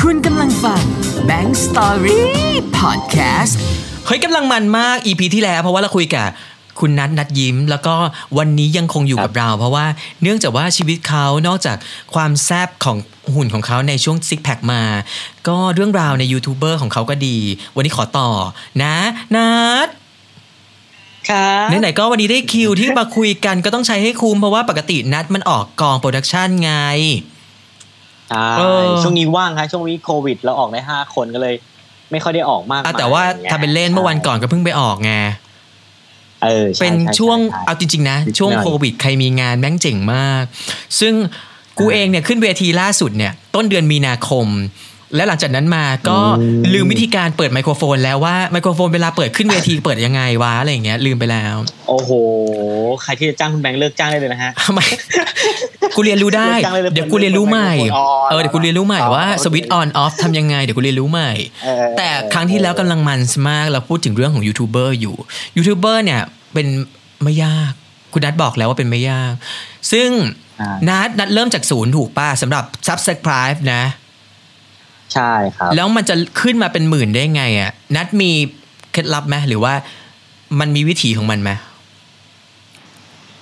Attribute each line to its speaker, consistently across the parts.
Speaker 1: คุณกำลังฟัง Bank Story Podcast
Speaker 2: เฮ้ยกำลังมันมาก EP ที่แล้ว เพราะว่าเราคุยกับคุณนัทนัดยิ้ม แล้วก็วันนี้ยังคงอยู่กับเรา เพราะว่าเนื่องจากว่าชีวิตเขานอกจากความแซบของหุ่นของเขาในช่วงซิกแพคมา ก็เรื่องราวในยูทูบเบอร์ของเขาก็ดี วันนี้ขอต่อนะนัท
Speaker 3: ค่ะ
Speaker 2: ไหนๆก็วันนี้ได้คิวที่มาคุยกันก็ต้องใช้ให้คุ้มเพราะว่าปกตินัทมันออกกองโปรดักชันไง
Speaker 3: ใช่
Speaker 2: เออ
Speaker 3: ช่วงนี้ว่างครับช่วงวิกโควิด เราออกได้ห้าคนก็เลย ไม่ค่อยได้ออกมาก
Speaker 2: อ่ะแต่ว่าทำเป็นเล่นเมื่อวันก่อนก็เพิ่งไปออกไง
Speaker 3: เออ
Speaker 2: เป็น
Speaker 3: ใใ
Speaker 2: ช่วง
Speaker 3: ใช่
Speaker 2: เอาจริง ๆ นะ
Speaker 3: นิดหน่อย
Speaker 2: ช่วงโควิดใครมีงานแม่งเจ๋งมาก ซึ่งกูเองเนี่ยขึ้นเวทีล่าสุดเนี่ยต้นเดือนมีนาคม และหลังจากนั้นมาก็
Speaker 3: อืม
Speaker 2: ลืมวิธีการเปิดไมโครโฟนแล้วว่าไมโครโฟนเวลาเปิดขึ้นเวทีเปิด ยังไงวะอะไรอย่างเงี้ยลืมไปแล้ว
Speaker 3: โอ้โห ใครที่จะจ้างคุณแบงค์เลิกจ้างได้เลยนะฮะ
Speaker 2: ทำไม กูเรียนรู้ได้
Speaker 3: เลิกจังเลย
Speaker 2: เดี๋ยวกูเรียนรู้ใหม่
Speaker 3: เปิ
Speaker 2: เออ
Speaker 3: ดไมโครโฟน on
Speaker 2: เดี๋ยวกูเรียนรู้ใหม่ว่า
Speaker 3: อ๋อโอเค
Speaker 2: สวิตช์ออนออฟทำยังไงเดี๋ยวกูเรียนรู้ใหม่
Speaker 3: เออ
Speaker 2: แต่ครั้งที่แล้วกำลังมันมากเราพูดถึงเรื่องของยูทูบเบอร์อยู่ยูทูบเบอร์เนี่ยเป็นไม่ยาก คุณนัทบอกแล้วว่าเป็นไม่ยาก ซึ่ง
Speaker 3: อ่า
Speaker 2: นัทนัทเริ่มจากศูนย์ถูกป่ะสำหรับ Subscribe นะ
Speaker 3: ใช่ครับ
Speaker 2: แล้วมันจะขึ้นมาเป็นหมื่นได้ไงอ่ะนัทมีเคล็ดลับไหมหรือว่ามันมีวิธีของมันไหม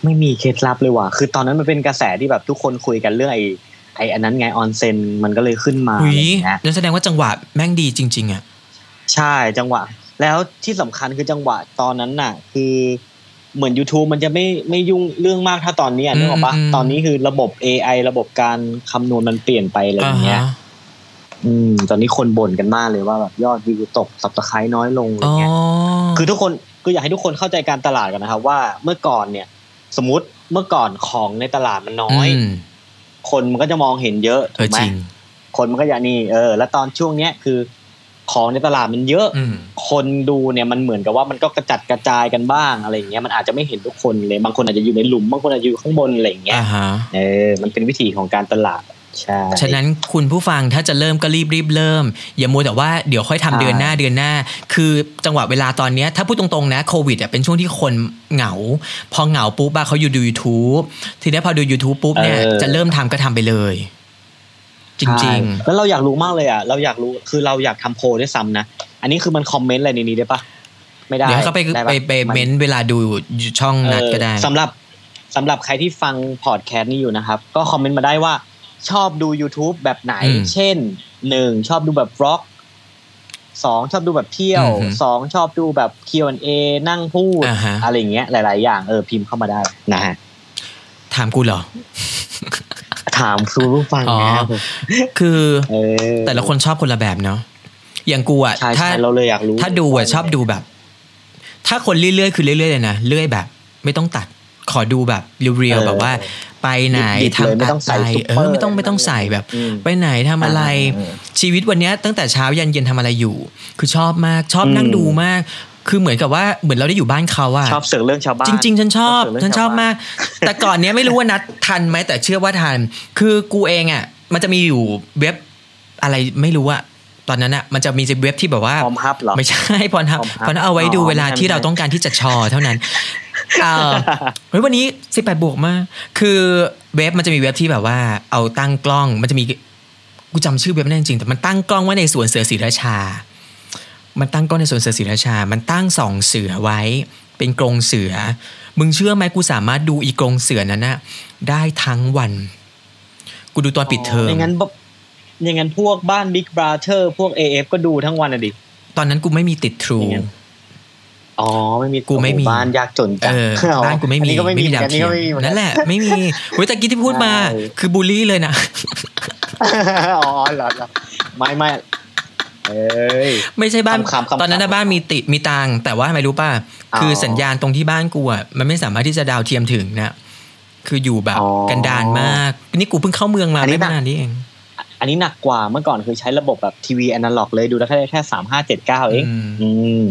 Speaker 3: ไม่มีเคล็ดลับเลยว่ะ คือตอนนั้นมันเป็นกระแสที่แบบทุกคนคุยกันเรื่องไอ้ไอ้อันนั้นไงออนเซนมันก็เลยขึ้นมา
Speaker 2: หุ
Speaker 3: อะไร
Speaker 2: ย
Speaker 3: อย่างเงี้ย
Speaker 2: นั่นแสดงว่าจังหวะแม่งดีจริง ๆ อ่ะ
Speaker 3: ใช่จังหวะ แล้วที่สำคัญคือจังหวะตอนนั้นน่ะ คือเหมือน YouTube มันจะไม่ไม่ยุ่งเรื่องมากถ้าตอนนี้อ่ะ
Speaker 2: อืม
Speaker 3: นึกออกปะ
Speaker 2: อืม
Speaker 3: ตอนนี้คือระบบ AI ระบบการคำนวณมันเปลี่ยนไปอะไรอย่างเงี้ย
Speaker 2: อ่าฮะ
Speaker 3: อืมตอนนี้คนบ่นกันมากเลยว่าแบบยอดวิวตกสับตะไคร้น้อยลงอะไร
Speaker 2: อ๋อ
Speaker 3: เงี้ยคือทุกคนคืออยากให้ทุกคนเข้าใจการตลาดกันนะครับว่าเมื่อก่อนเนี่ย สมมติเมื่อก่อนของในตลาดมันน้อย
Speaker 2: ม
Speaker 3: คนมันก็จะมองเห็นเยอะ
Speaker 2: เอ
Speaker 3: ถู
Speaker 2: อก
Speaker 3: ไหม
Speaker 2: จริง
Speaker 3: คนมันก็จะนี่เออ แล้วตอนช่วงเนี้ยคือของในตลาดมันเยอะ
Speaker 2: อืม
Speaker 3: คนดูเนี่ยมันเหมือนกับว่ามันก็กระจัดกระจายกันบ้างอะไรอย่างเงี้ยมันอาจจะไม่เห็นทุกคนเลยบางคนอาจจะอยู่ในหลุมบางคนอาจจะอยู่ข้างบนอะไรอย่างเงี้ย
Speaker 2: อ่าฮะ
Speaker 3: เออมันเป็นวิธีของการตลาดใช่
Speaker 2: ฉะนั้นคุณผู้ฟังถ้าจะเริ่มก็รีบรีบเริ่ม อย่ามัวแต่ว่าเดี๋ยวค่อยทำ
Speaker 3: ใช่
Speaker 2: เดือนหน้าเดือนหน้า คือจังหวะเวลาตอนเนี้ยถ้าพูดตรงๆนะโควิดอ่ะเป็นช่วงที่คนเหงา พอเหงาปุ๊บอะเขาอยู่ดู YouTube ทีนี้พอดู YouTube ปุ๊บเนี่ยจะเริ่มทำก็ทำไปเลย จริง
Speaker 3: ๆแล้วเราอยากรู้มากเลยอ่ะเราอยากรู้คือเราอยากทำโพลด้วยซ้ำนะอันนี้คือมันคอมเมนต์อะไรในนี้ได้ปะไม่
Speaker 2: ๆ
Speaker 3: ได้
Speaker 2: เดี๋ยวให้เขาไป
Speaker 3: ด้ะ
Speaker 2: ไปไป
Speaker 3: มัน
Speaker 2: เม้นเวลาดูช่องนัดก็ได้
Speaker 3: เออสำหรับสำหรับใครที่ฟังพอดแคสต์นี้อยู่นะครับ ก็คอมเมนต์มาได้ว่าชอบดู YouTube แบบไหน
Speaker 2: อืม
Speaker 3: เช่นหนึ่งชอบดูแบบร็อกสองชอบดูแบบเที่ยว
Speaker 2: อือหือ
Speaker 3: สองชอบดูแบบ Q&A นั่งพูด
Speaker 2: อ่าฮะ
Speaker 3: อะไรอย่างเงี้ยหลาย ๆ อย่างเออพิมพ์เข้ามาได้นะฮะ
Speaker 2: ถามกูเหรอ
Speaker 3: ถามคุณผู้ฟัง
Speaker 2: อ๋อ
Speaker 3: นะครับ
Speaker 2: คือ
Speaker 3: เออ
Speaker 2: แต่ละคนชอบคนละแบบเนาะอย่างกูอ่ะ
Speaker 3: ใช่
Speaker 2: ถ้า
Speaker 3: ใช่เราเลยอยากรู้
Speaker 2: ถ้าดูอ่ะชอบดูแบบ ถ้าคนเรื่อยๆคือเรื่อยๆเลยนะเรื่อยแบบ ไม่ต้องตัดขอดูแบบเรียวๆแบบว่า ไปไหน
Speaker 3: ดิบๆเลย
Speaker 2: ทำอะ
Speaker 3: ไม่ต้อง
Speaker 2: ไร
Speaker 3: ใส่ซุป
Speaker 2: เอ
Speaker 3: เปอ
Speaker 2: อ
Speaker 3: ร์
Speaker 2: ไม่ต้องไม่ต้องใส่แบบ
Speaker 3: อืม
Speaker 2: ไปไหนทำอะไร ชีวิตวันเนี้ยตั้งแต่เช้ายันเย็นทำอะไรอยู่ คือชอบมากชอบ
Speaker 3: อืม
Speaker 2: นั่งดูมาก คือเหมือนกับว่าเหมือนเราได้อยู่บ้านเขาอะ
Speaker 3: ชอบเสือกเรื่องชาวบ้าน
Speaker 2: จริง ๆ ฉันชอบ
Speaker 3: เสืกเรื่ง
Speaker 2: ฉันชอบ
Speaker 3: วบ้
Speaker 2: มาก แต่ก่อนเนี้ยไม่รู้ว่านัดทันไหมแต่เชื่อว่าทัน คือกูเองอะมันจะมีอยู่เว็บอะไรไม่รู้อะตอนนั้นอะมันจะมีเว็บที่แบบว่า
Speaker 3: พร้อมฮับเหรอ
Speaker 2: ไม่ใช่ พรทับ
Speaker 3: พรทัพ
Speaker 2: พรทัพเอาไว้ดู
Speaker 3: อ๋อ
Speaker 2: เวลา
Speaker 3: ไม่ใช่
Speaker 2: ที่เรา
Speaker 3: ไม่ใช่
Speaker 2: ต้องการที่จะชอ เท่านั้นเอ่อเฮ้ยวันนี้ 18 บวกมาก คือเว็บมันจะมีเว็บที่แบบว่า เอาตั้งกล้องมันจะมีกูจำชื่อเว็บไม่ได้จริงๆแต่มันตั้งกล้องไว้ในสวนเสือศรีราชา มันตั้งกล้องในสวนเสือศรีราชา มันตั้งสองเสือไว้ เป็นกรงเสือ มึงเชื่อไหมกูสามารถดูอีกรงเสือนั้นนะได้ทั้งวัน กูดูตอนปิดเทอม
Speaker 3: ย่างนั้นบอย่างนั้นพวกบ้าน Big Brother พวก AF ก็ดูทั้งวันอะดิ
Speaker 2: ตอนนั้นกูไม่มีติดทรู
Speaker 3: อย่างนั้น อ๋อ ไม่มี
Speaker 2: กูไม่มี
Speaker 3: โอ้โหบ้านยากจน
Speaker 2: เอ
Speaker 3: จัง
Speaker 2: อ
Speaker 3: อ๋อ
Speaker 2: บ้านกูไม่มี
Speaker 3: อันนี้ก็ไม่มี
Speaker 2: ดาว
Speaker 3: อันนี้
Speaker 2: เทีย
Speaker 3: ก็
Speaker 2: ม
Speaker 3: ไม่มีเมือกั
Speaker 2: นั่นแหละไม่มีเว้ยแต่กี้ที่พูดมา
Speaker 3: ใช่
Speaker 2: คือบูลลี่เลยนะ
Speaker 3: อ๋อเหรอเหรอไม่ไม่เอ้ย
Speaker 2: ไม่ใช่บ้าน
Speaker 3: คำคำคำ
Speaker 2: ตอนนั้นนะ
Speaker 3: คำ
Speaker 2: บ้านมีติมีตังค์แต่ว่าทำไมรู้ป่ะ
Speaker 3: อ๋อ
Speaker 2: คือสัญญาณตรงที่บ้านกูอะมันไม่สามารถที่จะดาวเทียมถึงนะคืออยู่แบบ
Speaker 3: อ๋อ
Speaker 2: กันดานมากนี่กูเพิ่งเข้าเมืองมา
Speaker 3: อันนี้
Speaker 2: ไม่
Speaker 3: หนัก
Speaker 2: นานนี้เอง
Speaker 3: อันนี้หนักกว่าเมื่อก่อนคือใช้ระบบแบบทีวีแอนาล็อกเลยดูได้แค่แค่สามห้าเจ็ดเก้าเอง
Speaker 2: อืม
Speaker 3: อืม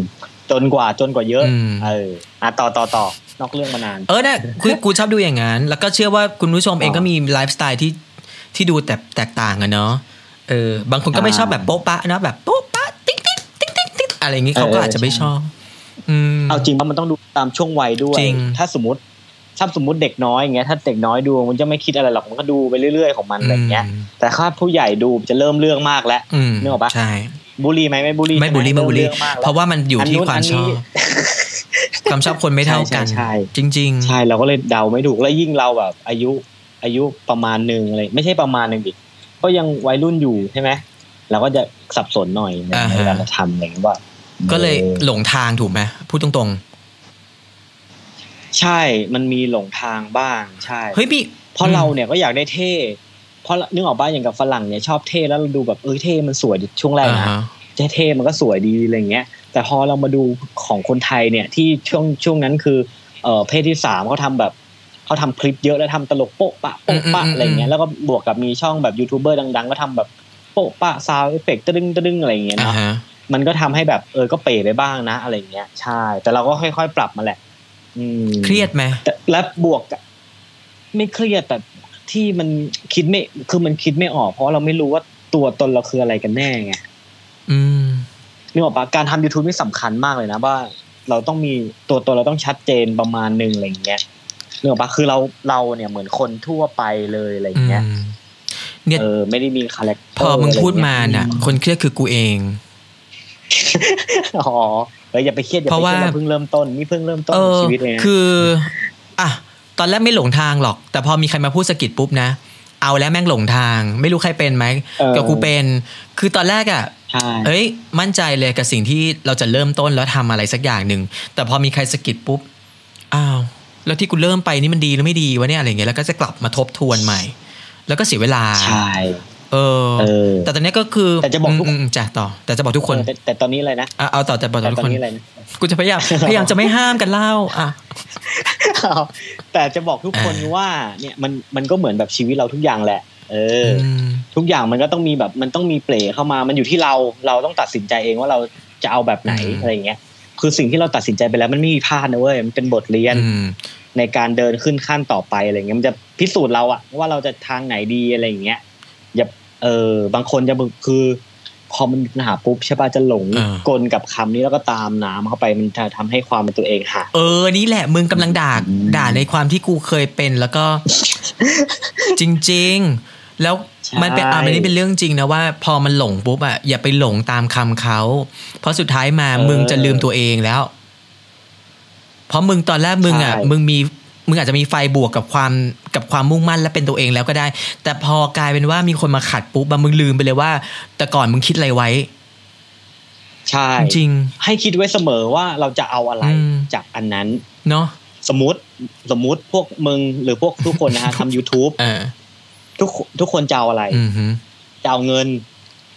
Speaker 3: จนกว่าจนกว่าเยอะ
Speaker 2: อืม
Speaker 3: เอออ่ะต่อต่อต่อนอกเรื่องมานาน
Speaker 2: เออ นะคือกูชอบดูอย่างนั้น แล้วก็เชื่อว่าคุณผู้ชมเอง
Speaker 3: อ๋อ
Speaker 2: ก็มีไลฟ์สไตล์ที่ที่ดูแต่แตกต่างอะเนาะเออบางคนก็ไม่
Speaker 3: อ่า
Speaker 2: ชอบแบบโป๊ะปะนะแบบโป๊ะปะติ๊กติ๊กติ๊กติ๊กติ๊กอะไรอย่างงี้
Speaker 3: เออ
Speaker 2: เขาก็
Speaker 3: เออ
Speaker 2: อาจจะ
Speaker 3: ใช่
Speaker 2: ไม่ชอบ อืม
Speaker 3: เอาจริงว่ามันต้องดูตามช่วงวัยด้วย
Speaker 2: จริง
Speaker 3: ถ้าสมมติ ถ้าสมมุติเด็กน้อยอย่างเงี้ยถ้าเด็กน้อยดูมันจะไม่คิดอะไรหรอกมันก็ดูไปเรื่อยๆของมันอะไรอย่างเงี้ย
Speaker 2: อืม
Speaker 3: แต่ถ้าผู้ใหญ่ดูจะเริ่มเรื่องมากแล้ว
Speaker 2: อืม
Speaker 3: นึกออกปะ
Speaker 2: ใช่
Speaker 3: บุรีไหมไม่บุรี
Speaker 2: ไม่บุรีไม่บุรีเพราะว่ามันอยู่ที่ความชอบ ความชอบคนไม่เท่ากัน
Speaker 3: ใช่
Speaker 2: จริง
Speaker 3: ใช่เราก็เลยเดาไม่ถูกแล้วยิ่งเราแบบ อายุอายุประมาณหนึ่งอะไรไม่ใช่ประมาณหนึ่งดิก็ยังวัยรุ่นอยู่ใช่ไหมเราก็จะสับสนหน่อยใน
Speaker 2: อ่าฮะ
Speaker 3: เวลาเราทำอะไรอย่างเงี้ยว่า
Speaker 2: ๆ ก็เลย
Speaker 3: ออ
Speaker 2: หลงทางถูกไหมพูดตรง
Speaker 3: ใช่มันมีหลงทางบ้างใช่
Speaker 2: ๆ เฮ้ยพี่
Speaker 3: เพราะเราเนี่ยก็อยากได้เท่เพราะนึกออกป้าอย่างกับฝรั่งเนี่ยชอบเท่แล้วเราดูแบบเออเท่มันสวยช่วงแรก
Speaker 2: อ่า
Speaker 3: นะ
Speaker 2: ฮะ
Speaker 3: เท่ๆมันก็สวยดีอะไรเงี้ย แต่พอเรามาดูของคนไทยเนี่ยที่ช่วงช่วงนั้นคือเอ่อเพศที่สามเขาทำแบบเขาทำคลิปเยอะแล้วทำตลกโป๊ะปะโป๊ะปะ
Speaker 2: อืมอืมอืม
Speaker 3: อะไรเงี้ยแล้วก็บวกกับมีช่องแบบยูทูบเบอร์ดังๆ ก็ทำแบบโป๊ะปะซาวเอฟเฟกต์ตึ้งตึ้งอะไรเงี้ย
Speaker 2: อ่า
Speaker 3: เนาะ
Speaker 2: ฮะ
Speaker 3: มันก็ทำให้แบบเออก็เป๋ไปบ้างนะอะไรเงี้ยใช่ แต่เราก็ค่อยๆปรับมาแหละ อืม
Speaker 2: เครียดไหม
Speaker 3: แต่และบวกกับไม่เครียดแต่ที่มันคิดไม่คือมันคิดไม่ออก เพราะว่าเราไม่รู้ว่าตัวตนเราคืออะไรกันแน่ไง
Speaker 2: อืม
Speaker 3: นึกออกปะการทำ YouTube นี่สำคัญมากเลยนะว่า เราต้องมีตัวตนเราต้องชัดเจนประมาณหนึ่งอะไรอย่างเงี้ยนึกออกปะคือเราเราเนี่ยเหมือนคนทั่วไปเลยอะไรอย่างเงี้ย
Speaker 2: อืมเนี่ย
Speaker 3: เออไม่ได้มีคาแรคเตอร์
Speaker 2: พอมึงพูดมา
Speaker 3: อะไรอย่
Speaker 2: น่ะ
Speaker 3: งเงี้
Speaker 2: คนเครียดคือกูเอง
Speaker 3: ยอ๋อเอออย่าไปเครียดอย่า
Speaker 2: เพ
Speaker 3: ไป
Speaker 2: ราะ
Speaker 3: เค
Speaker 2: ว่า
Speaker 3: รียดเราเพิ่งเริ่มต้นนี่เพิ่งเริ่มต้น
Speaker 2: เออ
Speaker 3: ชีวิตเลยนะ
Speaker 2: คือ อ่ะ ตอนแรกไม่หลงทางหรอก แต่พอมีใครมาพูดสะกิดปุ๊บนะ เอาแล้วแม่งหลงทาง ไม่รู้ใครเป็นไหมกับกูเป็น คือตอนแรกอ่ะ
Speaker 3: ใช่
Speaker 2: เอ้ย มั่นใจเลยกับสิ่งที่เราจะเริ่มต้นแล้วทำอะไรสักอย่างหนึ่ง แต่พอมีใครสะกิดปุ๊บ อ้าว แล้วที่กูเริ่มไปนี่มันดีหรือไม่ดีวะเนี่ยอะไรเงี้ย แล้วก็จะกลับมาทบทวนใหม่ แล้วก็เสียเวลา
Speaker 3: ใช่
Speaker 2: เออ
Speaker 3: เออ
Speaker 2: แต่ตอนเนี้ยก็คือ
Speaker 3: แต่จะบอกทุก
Speaker 2: มมจ้ะต่อ แต่จะบอกทุกคน
Speaker 3: แต่แต่ตอนนี้อะไรนะ
Speaker 2: อ่ะเอาต่อแต่บอก
Speaker 3: แต่
Speaker 2: ทุก
Speaker 3: ตอน
Speaker 2: คน
Speaker 3: นี้อะไรนะ
Speaker 2: กูจะพยายาม พยายามจะไม่ห้ามกันเล่า อ่ะ
Speaker 3: แต่จะบอกทุกคนว่า เนี่ยมันมันก็เหมือนแบบชีวิตเราทุกอย่างแหละ เอออ
Speaker 2: ม
Speaker 3: ทุกอย่างมันก็ต้องมีแบบมันต้องมีเปลเข้ามา มันอยู่ที่เรา เราต้องตัดสินใจเองว่าเราจะเอาแบบไหน
Speaker 2: อืม
Speaker 3: อะไรอย่างเงี้ย คือสิ่งที่เราตัดสินใจไปแล้วมันไม่มีพลาดนะเว้ย มันเป็นบทเรียน
Speaker 2: อืม
Speaker 3: ในการเดินขึ้นขั้นต่อไปอะไรเงี้ย มันจะพิสูจน์เราอะว่าเราจะทางไหนดีอะไรอย่างเงี้ย อย่า เออ บางคนจะบึกคือพอมันมีปัญหาปุ๊บใช่ป่ะจะหลง
Speaker 2: เออ
Speaker 3: กลกับคำนี้แล้วก็ตามน้ำเข้าไป มันจะทำให้ความเป็นตัวเองหาย
Speaker 2: เออ นี่แหละ มึงกำลังด่า
Speaker 3: อืม
Speaker 2: ด่าในความที่กูเคยเป็นแล้วก็ จริง ๆ แล้วมันเป็นอ่ะมันนี่เป็นเรื่องจริงนะว่า พอมันหลงปุ๊บอ่ะอย่าไปหลงตามคำเขา เพราะสุดท้ายมามึงจะลืมตัวเองแล้ว เพราะมึงตอนแรกมึงอ่ะ
Speaker 3: ใช่
Speaker 2: มึงมี มึงอาจจะมีไฟบวกกับความกับความมุ่งมั่นและเป็นตัวเองแล้วก็ได้ แต่พอกลายเป็นว่ามีคนมาขัดปุ๊บอะมึงลืมไปเลยว่า แต่ก่อนมึงคิดอะไรไว้
Speaker 3: ใช่
Speaker 2: จริง
Speaker 3: ให้คิดไว้เสมอว่าเราจะเอาอะไร
Speaker 2: อืม
Speaker 3: จากอันนั้น
Speaker 2: ๆเนาะ
Speaker 3: สมมติสมมติพวกมึงหรือพวกทุกคนนะฮะ ทำ YouTube
Speaker 2: เออ
Speaker 3: ทุกทุกคนจะเอาอะไร
Speaker 2: อืมฮึ
Speaker 3: จะเอาเงิน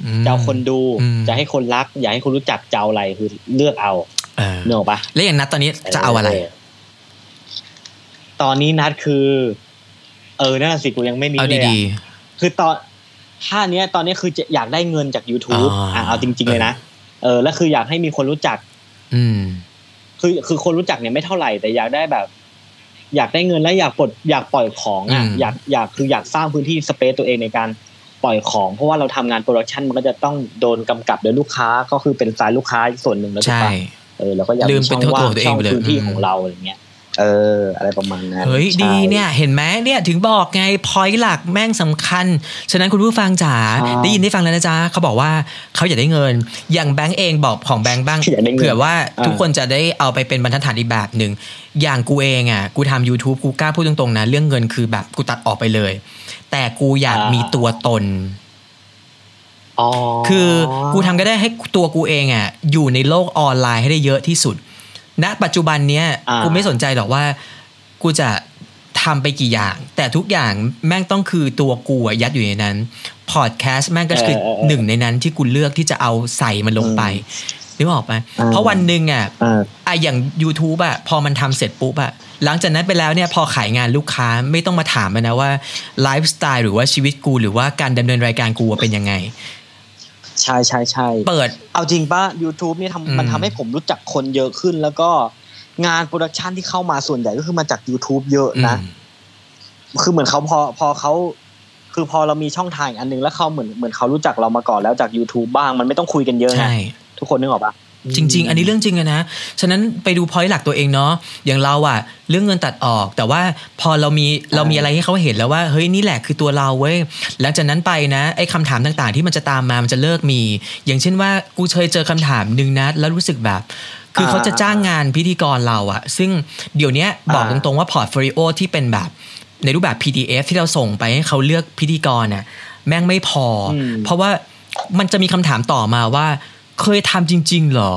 Speaker 2: อืม
Speaker 3: จะเอาคนดู
Speaker 2: อืม
Speaker 3: จะให้คนรัก อยากให้คนรู้จักจะเอาอะไรคือเลือกเอา
Speaker 2: เออ
Speaker 3: เนกอะปะ
Speaker 2: แล้วอย่างนัดตอนนี้จะเอาอะไร
Speaker 3: ตอนนี้นัดคือ เออนั่นนะสิกูยังไม่มี
Speaker 2: เอา
Speaker 3: เลย
Speaker 2: ดี
Speaker 3: อะคือตอนถ้าเนี้ย ตอนนี้คือจะอยากได้เงินจาก YouTube
Speaker 2: อ๋ออ่
Speaker 3: อ่ะเอาจริง ๆ เลยนะเออแล้วคืออยากให้มีคนรู้จัก
Speaker 2: ๆ อืม
Speaker 3: คือคือคนรู้จักเนี่ยไม่เท่าไหร่แต่อยากได้แบบ อยากได้เงินและอยากปลดอยากปล่อยของอ่ะ
Speaker 2: อืม
Speaker 3: อยากอยากคืออยากสร้างพื้นที่สเปซตัวเองในการปล่อยของ เพราะว่าเราทำงานโปรดักชันมันก็จะต้องโดนกำกับโดยลูกค้าก็คือเป็นสายลูกค้าส่วนหนึ่งแล้วถูก
Speaker 2: ใช่
Speaker 3: ปะเออเราก็อยาก
Speaker 2: ลืม
Speaker 3: มีช่อง
Speaker 2: เป็นตัว
Speaker 3: ว่าง
Speaker 2: ตัวเอง
Speaker 3: ช่อง
Speaker 2: ไปเลย
Speaker 3: พื้นที่
Speaker 2: อืม
Speaker 3: ของเราอะไรเงี้ยเออ อะไรประมาณนั้น
Speaker 2: เฮ้ย
Speaker 3: ใช่
Speaker 2: ดีเนี่ยเห็นไหมเนี่ยถึงบอกไงพอยหลักแม่งสำคัญ ฉะนั้นคุณผู้ฟังจ๋า
Speaker 3: ครับ
Speaker 2: ได้ยินได้ฟังแล้วนะจ๊ะเขาบอกว่าเขาอยากได้เงิน อย่างแบงก์เองบอกของแบงก์บ้าง
Speaker 3: อยากได้เงิน
Speaker 2: เผื่อว่า
Speaker 3: อ่า
Speaker 2: ทุกคนจะได้เอาไปเป็นบรรทัดฐานอีกแบบหนึ่ง อย่างกูเองอ่ะ กูทำ YouTube กูกล้าพูดตรงๆนะ เรื่องเงินคือแบบกูตัดออกไปเลย แต่กูอยากมีตัวตน
Speaker 3: อ๋อ
Speaker 2: คือกูทำก็ได้ให้ตัวกูเองอ่ะอยู่ในโลกออนไลน์ให้ได้เยอะที่สุด ณ ปัจจุบันเนี้ย
Speaker 3: อ่ากู
Speaker 2: กูไม่สนใจหรอกว่า กูจะทำไปกี่อย่าง แต่ทุกอย่างแม่งต้องคือตัวกูอะยัดอยู่ในนั้นพอดแคสต์แม่งก็คือ
Speaker 3: เออเออเออ
Speaker 2: หนึ่งในนั้นที่กูเลือกที่จะเอาใส่มันลงไปนึกออกไหม
Speaker 3: อ่า
Speaker 2: เพราะวันหนึ่งอ่ะ
Speaker 3: อ่า
Speaker 2: อ่ะอย่าง YouTube อ่ะพอมันทำเสร็จปุ๊บอ่ะหลังจากนั้นไปแล้วเนี่ยพอขายงานลูกค้าไม่ต้องมาถามมันนะว่าไลฟ์สไตล์หรือว่าชีวิตกูหรือว่าการดำเนินรายการกูอะเป็นยังไง
Speaker 3: ใช่ใช่ใช่
Speaker 2: เปิด
Speaker 3: เอาจริงป่ะ YouTube เนี่ย
Speaker 2: อืม
Speaker 3: ทำมันทำให้ผมรู้จักคนเยอะขึ้น แล้วก็งานโปรดักชันที่เข้ามาส่วนใหญ่ก็คือมาจาก YouTube เยอะนะ คือเหมือนเขาพอพอเขาคือพอเรามีช่องทางอีกอันหนึ่งแล้วเขาเหมือนเหมือนเขารู้จักเรามาก่อนแล้วจาก YouTube บ้างมันไม่ต้องคุยกันเย
Speaker 2: อืม
Speaker 3: อะไง
Speaker 2: ใช่
Speaker 3: ทุกคนนึกออกปะ
Speaker 2: จริง ๆ อันนี้เรื่องจริงอะนะ ฉะนั้นไปดูพอยต์หลักตัวเองเนาะ อย่างเราอะเรื่องเงินตัดออก แต่ว่าพอเรามีเรามีอะไรให้เขาเห็นแล้วว่า เฮ้ยนี่แหละคือตัวเราเว้ย หลังจากนั้นไปนะไอ้คำถามต่างๆ ที่มันจะตามมามันจะเลิกมี อย่างเช่นว่ากูเคยเจอคำถามหนึ่งนะแล้วรู้สึกแบบ คือเขาจะจ้างงานพิธีกรเราอะซึ่งเดี๋ยวเนี้ยบอกตรงๆว่าพอร์ตโฟลิโอที่เป็นแบบ ในรูปแบบ PDF ที่เราส่งไปให้เขาเลือกพิธีกรน่ะแม่งไม่พออ
Speaker 3: ม
Speaker 2: เพราะว่ามันจะมีคำถามต่อมาว่า เคยทำจริง ๆ หรอ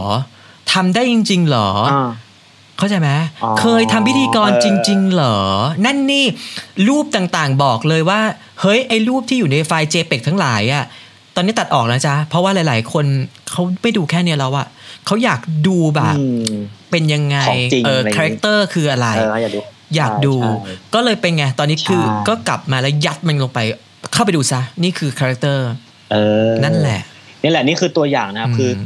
Speaker 2: ทำได้จริง ๆ หรอ
Speaker 3: อ่า
Speaker 2: เข้าใจไหม
Speaker 3: อ๋อ
Speaker 2: เคยทำพิธีกร
Speaker 3: เออ
Speaker 2: จริง ๆ เหรอ นั่นนี่รูปต่างๆบอกเลยว่า เฮ้ย ไอ้รูปที่อยู่ในไฟล์ JPEG ทั้งหลายอะตอนนี้ตัดออกแล้วจ้ะเพราะว่าหลาย ๆ คนเขาไม่ดูแค่เนี้ยแล้วอะเขาอยากดูแบบ
Speaker 3: อืม
Speaker 2: เป็นยังไง
Speaker 3: ของจริง
Speaker 2: เออ
Speaker 3: อะไรอย่างงี้
Speaker 2: คาแรคเตอร์คืออะไร
Speaker 3: เอออยากดู
Speaker 2: อยากดู
Speaker 3: ใช่ใช่
Speaker 2: ก็เลยเป็นไง ตอนนี้คือ
Speaker 3: ใช่
Speaker 2: ก็กลับมาแล้วยัดมันลงไป เข้าไปดูซะ นี่คือคาแรคเตอร์
Speaker 3: เออ
Speaker 2: นั่นแหละ
Speaker 3: นี่แหละนี่คือตัวอย่างนะครับคืออ
Speaker 2: ม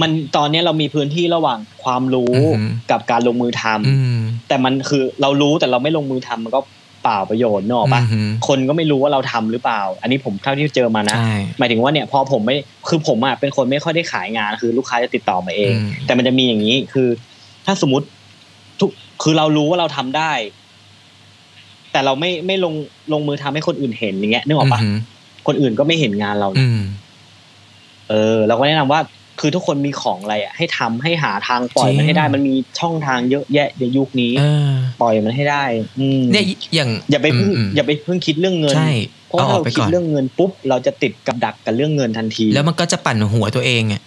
Speaker 3: มันตอนเนี้ยเรามีพื้นที่ระหว่างความรู้
Speaker 2: อืม
Speaker 3: กับการลงมือทำ
Speaker 2: อืม
Speaker 3: แต่มันคือเรารู้แต่เราไม่ลงมือทำมันก็เปล่าประโยชน์เนกอะปะ
Speaker 2: อือหือ
Speaker 3: คนก็ไม่รู้ว่าเราทำหรือเปล่า อันนี้ผมเท่าที่เจอมานะ
Speaker 2: ใช่
Speaker 3: หมายถึงว่าเนี่ยพอผมไม่คือผมอ่ะเป็นคนไม่ค่อยได้ขายงานคือลูกค้าจะติดต่อมาเอง
Speaker 2: อืม
Speaker 3: แต่มันจะมีอย่างนี้คือ ถ้าสมมติทุกคือเรารู้ว่าเราทำได้ แต่เราไม่ไม่ลงลงมือทำให้คนอื่นเห็นอย่างเงี้ยนึกออกปะ
Speaker 2: หื
Speaker 3: คนอื่นก็ไม่เห็นงานเรา
Speaker 2: อื
Speaker 3: นะ
Speaker 2: ม
Speaker 3: เออเราก็แนะนำว่าคือทุกคนมีของอะไรอ่ะให้ทำให้หาทางปล่อย
Speaker 2: จริง
Speaker 3: มันให้ได้มันมีช่องทางเยอะแยะในยุคนี้
Speaker 2: เออ
Speaker 3: ปล่อยมันให้ได้ อืม
Speaker 2: เนี่ยอย่าง
Speaker 3: อย่าไปเพิ่ง
Speaker 2: ม
Speaker 3: อย่าไปเพิ่งคิดเรื่องเงิน
Speaker 2: ใช่
Speaker 3: เพราะ
Speaker 2: เอา
Speaker 3: ถ้า
Speaker 2: ออก
Speaker 3: เรา
Speaker 2: ไป
Speaker 3: คิด
Speaker 2: ก่อน
Speaker 3: เรื่องเงินปุ๊บเราจะติดกับดักกับเรื่องเงินทันที
Speaker 2: แล้วมันก็จะปั่นหัวตัวเองอ่ะ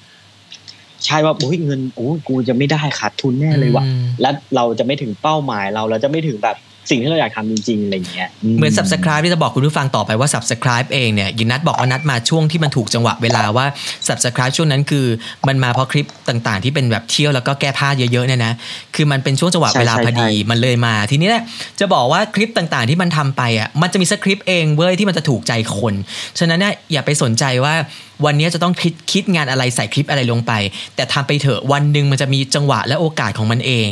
Speaker 3: ใช่ว่าโอ้ยเงินโอ้ยกูจะไม่ได้ขาดทุนแน่เลยว่ะ
Speaker 2: อืม
Speaker 3: แล้วเราจะไม่ถึงเป้าหมายเราเราจะไม่ถึงแบบสิ่งที่เราอยากทำจริงๆอะไรอย่างเงี้ย
Speaker 2: เหมือน subscribe ที่จะบอกคุณผู้ฟังต่อไปว่า subscribe เองเนี่ยยินนัทบอกว่านัดมาช่วงที่มันถูกจังหวะเวลาว่า subscribe ช่วงนั้นคือ มันมาเพราะคลิปต่างๆ ที่เป็นแบบเที่ยวแล้วก็แก้ผ้าเยอะๆเนี่ยนะ คือมันเป็นช่วงจังหวะเวลาพอดีมันเลยมา ทีนี้เนี่ยจะบอกว่าคลิปต่างๆที่มันทำไปอ่ะมันจะมีสคริปต์เองเว้ยที่มันจะถูกใจคน ฉะนั้นเนี่ยอย่าไปสนใจว่าวันนี้จะต้องคิดคิดงานอะไรใส่คลิปอะไรลงไป แต่ทำไปเถอะวันหนึ่งมันจะมีจังหวะและโอกาสของมันเอง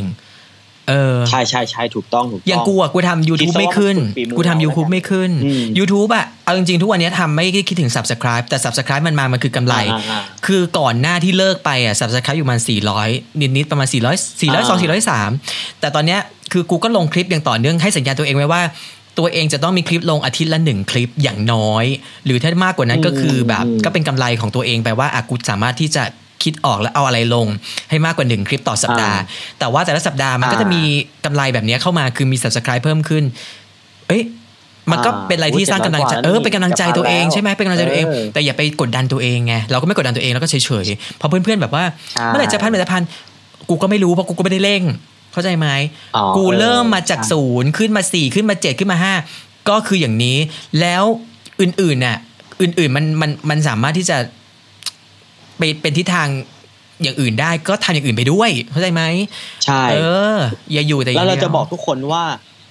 Speaker 2: เออ
Speaker 3: ใช่ใช่ใช่ถูกต้องถูกต้อง
Speaker 2: อย่างกูอะกูทำ
Speaker 3: คิด
Speaker 2: YouTube
Speaker 3: ซะว่า
Speaker 2: ไม่ขึ้น
Speaker 3: มันฝึกฝีมือ
Speaker 2: กู
Speaker 3: เรา
Speaker 2: ทำ
Speaker 3: แล้ว
Speaker 2: YouTube
Speaker 3: กัน
Speaker 2: ไม่ขึ้น
Speaker 3: อืม
Speaker 2: YouTube อะเอาจริงๆ ทุกวันนี้ทำไม่ได้คิดถึง Subscribe แต่ Subscribe มันมามันคือกำไร
Speaker 3: อ่าอ่า
Speaker 2: คือก่อนหน้าที่เลิกไปอ่ะ Subscribe อยู่ประมาณ400 นิดๆประมาณ 400 402 403 แต่ตอนเนี้ยคือกูก็ลงคลิปอย่างต่อเนื่องให้สัญญาณตัวเองไว้ว่า ตัวเองจะต้องมีคลิปลงอาทิตย์ละหนึ่งคลิปอย่างน้อย หรือถ้ามากกว่านั้นก็คือแบบ
Speaker 3: อืม
Speaker 2: ก็เป็นกำไรของตัวเองไปว่าอะกูสามารถที่จะคิดออกแล้วเอาอะไรลง ให้มากกว่าหนึ่งคลิปต่อสัปดาห์ แต่ว่าแต่ละสัปดาห์มันก็จะมี มีกำไรแบบเนี้ยเข้ามาคือมี subscribe เพิ่มขึ้น เอ้ย มันก็
Speaker 3: อ่า
Speaker 2: เป็นอะไรที่
Speaker 3: โอ้ย
Speaker 2: สร้างกำลังใจ
Speaker 3: เจ็ดร้อยก
Speaker 2: เออ
Speaker 3: ว่าแล้วนี่
Speaker 2: เป็นกำลังใจตัวเอง
Speaker 3: จะพันแล้ว
Speaker 2: ใช่ไหมเป็นกำลังใจตัวเอง
Speaker 3: เออ
Speaker 2: แต่อย่าไปกดดันตัวเองไง เราก็ไม่กดดันตัวเองเราก็เฉยๆ พอเพื่อนๆแบบว่า
Speaker 3: ใช่
Speaker 2: เมื่อไหร่จะพันเมื่อไหร่จะพัน กูก็ไม่รู้เพราะกูก็ไม่ได้เร่ง เข้าใจไหม
Speaker 3: อ๋อ
Speaker 2: กู
Speaker 3: ออ
Speaker 2: เริ่มมาจาก
Speaker 3: ใช่
Speaker 2: ศูนย์ขึ้นมาสี่ขึ้นมาเจ็ดขึ้นมาห้าก็คืออย่างนี้ แล้วอื่นๆน่ะ อื่นๆมันมันมันสามารถที่จะไปเป็นทิศทางอย่างอื่นได้ ก็ทำอย่างอื่นไปด้วย เข้าใจไหม
Speaker 3: ใช่
Speaker 2: เออ อย่าอยู่แต่อย่
Speaker 3: แล้
Speaker 2: ง
Speaker 3: ว
Speaker 2: ดีย
Speaker 3: เราจะบอกทุกคนว่า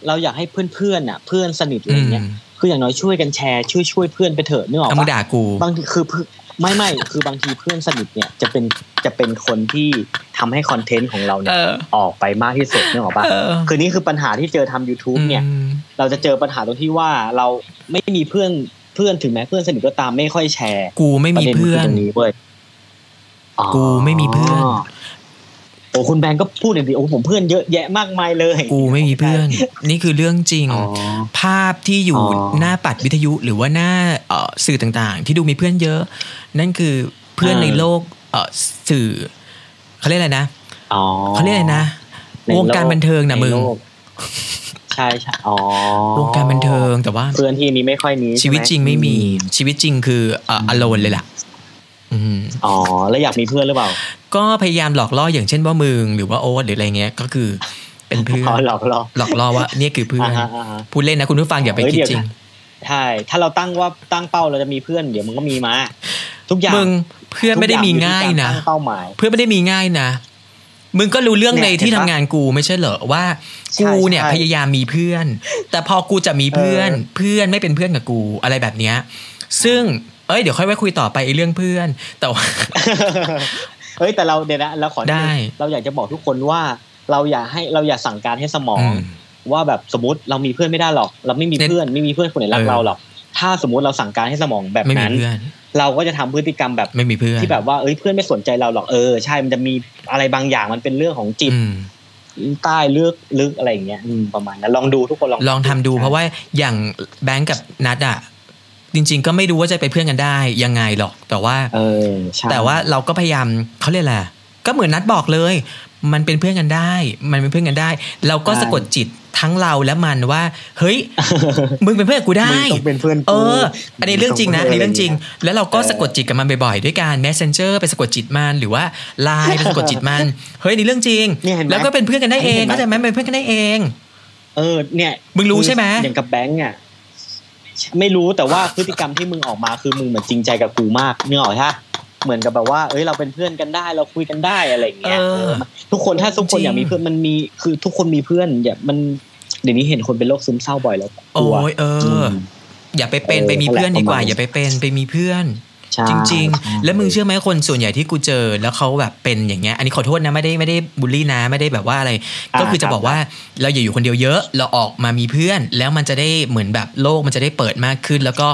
Speaker 3: เราอยากให้เพื่อนๆน่ะ เพื่อนสนิทอะไรเงี้ย
Speaker 2: อืม
Speaker 3: คืออย่างน้อยช่วยกันแชร์ช่วยช่วยเพื่อนไปเถอะนึกออก
Speaker 2: เอามึง
Speaker 3: ปะ
Speaker 2: ด่ากู
Speaker 3: บางทีคือเพื่อนไม่ไม่คือบางทีเพื่อนสนิทเนี่ยจะเป็นจะเป็นคนที่ทำให้คอนเทนต์ของเราเนี่
Speaker 2: เอย อ
Speaker 3: ออกไปมากที่สุดนึกออกปะ
Speaker 2: เออ
Speaker 3: คือนี่คือปัญหาที่เจอทำ YouTube เนี่ย
Speaker 2: อืม
Speaker 3: เราจะเจอปัญหาตรงที่ว่าเราไม่มีเพื่อนเพื่อนถึงแม้เพื่อนสนิทก็ตามไม่ค่อยแชร์
Speaker 2: กูไม่มี
Speaker 3: ประด็
Speaker 2: เพื่อ
Speaker 3: คื
Speaker 2: น
Speaker 3: ตรงนี้เว้ยอ๋อ
Speaker 2: กูไม่มีเพื่อน
Speaker 3: โอ้คุณแบงก์ก็พูดอย่างดีโอ้ผมเพื่อนเยอะแยะมากมายเลย
Speaker 2: กูไม่มีเพื่อน นี่คือเรื่องจริง
Speaker 3: อ๋อ
Speaker 2: ภาพที่อยู่
Speaker 3: อ๋อ
Speaker 2: หน้าปัดวิทยุหรือว่าหน้าเอ่อสื่อต่างๆ ที่ดูมีเพื่อนเยอะ นั่นคือเพื่อน
Speaker 3: อ่า
Speaker 2: ในโลกเอ่อสื่อเขาเรียกอะไรนะ
Speaker 3: อ๋อ
Speaker 2: เขาเรียกอะไรนะ
Speaker 3: ในโล
Speaker 2: วงการบันเทิงนะมึง
Speaker 3: ใโลกใช่ใช่อ๋อ
Speaker 2: วงการบันเทิงแต่ว่า
Speaker 3: เพื่อนที่นี้ไม่ค่อยนี้ใช่ไหม
Speaker 2: ชีวิตจริงไม่มีชีวิตจริงคือเอ่อ alone เลยล่ะ อืม
Speaker 3: อ๋อ แล้วอยากมีเพื่อนหรือเปล่า
Speaker 2: ก็พยายามหลอกล่ออย่างเช่นว่ามึงหรือว่าโอ๊ตหรืออะไรเงี้ยก็ คือเป็นเพื่อน
Speaker 3: อ๋อหลอกหลอก
Speaker 2: หลอกล่อว่าเนี่ยคือเพื่อน
Speaker 3: อ่าฮะอ่าฮะ
Speaker 2: พูดเล่นนะคุณผู้ฟังอย่าไป
Speaker 3: เฮ้ย
Speaker 2: คิด
Speaker 3: เดี๋ยว
Speaker 2: จริง
Speaker 3: นะ ใช่ถ้าเราตั้งว่าตั้งเป้าเราจะมีเพื่อนเดี๋ยวมันก็มีมา ทุกอย่าง
Speaker 2: มึงเพื่อนไม่ได้มีง่ายนะ
Speaker 3: ทุกออยู่ที่กรตั้งเป้าหมาย
Speaker 2: เพื่อนไม่ได้มีง่ายนะ มึงก็รู้เรื่องใน
Speaker 3: เนี่ย
Speaker 2: ที่
Speaker 3: เห็
Speaker 2: ทำ
Speaker 3: นปะ
Speaker 2: งานกูไม่ใช่เหรอว่า
Speaker 3: ใช่
Speaker 2: กูเนี่ย
Speaker 3: ใช่
Speaker 2: พยายามมีเพื่อน แต่พอกูจะมีเพื่อน
Speaker 3: เออ
Speaker 2: เพื่อนไม่เป็นเพื่อนกับกูอะไรแบบเนี้ยซึ่งเอ้ยเดี๋ยวค่อยไว้คุยต่อไปไอ้เรื่องเพื่อน แต่ว่า
Speaker 3: เฮ้ยแต่เราเดี๋ยวนะเราขอนินึง
Speaker 2: ได้
Speaker 3: เราอยากจะบอกทุกคนว่า เราอย่าให้เราอย่าสั่งการให้สมอง
Speaker 2: อืม
Speaker 3: ว่าแบบสมมติเรามีเพื่อนไม่ได้หรอก เราไม่มีเพื่อนไม่มีเพื่อนคนไหนรัก
Speaker 2: เออ
Speaker 3: เราหรอก ถ้าสมมุติเราสั่งการให้สมองแบบ
Speaker 2: ไม่มี
Speaker 3: นั้น
Speaker 2: เพื่อน
Speaker 3: เราก็จะทำพฤติกรรมแบบ
Speaker 2: ไม่มีเพื่อน
Speaker 3: ที่แบบว่าเอ้ยเพื่อนไม่สนใจเราหรอกเออใช่มันจะมีอะไรบางอย่างมันเป็นเรื่องของจิต
Speaker 2: อืม
Speaker 3: ใต้ลึกลึกอะไรอย่างเงี้ยอืมประมาณนั้นลองดูทุกคนลอง
Speaker 2: ลองทำดูเพราะว่าอย่างแบงก์กับนัดอะจริง ๆ ก็ไม่รู้ว่าจะไปเพื่อนกันได้ยังไงหรอก แต่ว่า
Speaker 3: เออใช่
Speaker 2: แต่ว่าเราก็พยายามเขาเรียกแหละไรก็เหมือนนัดบอกเลย มันเป็นเพื่อนกันได้ มันเป็นเพื่อนกันได้ เราก็สะกดจิตทั้งเราและมันว่า เฮ้ย มึงเป็นเพื่อนกับกูได้
Speaker 4: มึงต้องเป็นเพื่อนกู
Speaker 2: เออ อันนี้เรื่องจริงนะ อันนี้เรื่องจริง แล้วเราก็สะกดจิตกับมันบ่อยๆ ด้วยการ messenger ไปสะกดจิตมันหรือว่าไลน์ไปสะกดจิตมัน เฮ้ยอันนี่เรื่องจริง
Speaker 3: เนี่ยเห็นไหม
Speaker 2: แล้วก็เป็นเพื่อนกันได้เอง
Speaker 3: เห็นไหม
Speaker 2: เข้าใจไหมเป็นเพื่อนกันได้เอง
Speaker 3: เออเนี่ย
Speaker 2: มึงรู้ใช่ไหม
Speaker 3: อย่างกับแบงค์เนี่ยไม่รู้แต่ว่าพฤติกรรมที่มึงออกมาคือมึงเหมือนจริงใจกับกูมากนึกออกใช่ปะเหมือนกับแบบว่า เอ้ยเราเป็นเพื่อนกันได้ เราคุยกันได้อะไรอย่าง
Speaker 2: เอ
Speaker 3: เงี้ย
Speaker 2: อ
Speaker 3: ทุกคนถ้าทุกค
Speaker 2: จ
Speaker 3: น
Speaker 2: ริง
Speaker 3: อยากมีเพื่อนมันมีคือทุกคนมีเพื่อนอย่ามันเดี๋ยวนี้เห็นคนเป็นโรคซึมเศร้าบ่อยแล้วก
Speaker 2: โอ้
Speaker 3: ลัวย
Speaker 2: เอออ
Speaker 3: ม
Speaker 2: อย่าไปเป็น
Speaker 3: เออ
Speaker 2: ไปมีเพื่อน
Speaker 3: นั่น
Speaker 2: ดี
Speaker 3: แหละ
Speaker 2: กว่า
Speaker 3: ประมาณ
Speaker 2: อย่าไปเป็นไปมีเพื่อน
Speaker 3: ใช่
Speaker 2: จริง
Speaker 3: ใช่
Speaker 2: ๆ แล้วมึงเชื่อไหมคนส่วนใหญ่ที่กูเจอแล้วเขาแบบเป็นอย่างเงี้ย อันนี้ขอโทษนะไม่ได้ไม่ได้บูลลี่นะไม่ได้แบบว่าอะไร ก็คือจะบอกว่าเราอย่าอยู่คนเดียวเยอะ เราออกมามีเพื่อน แล้วมันจะได้เหมือนแบบโลกมันจะได้เปิดมากขึ้น แล้วก็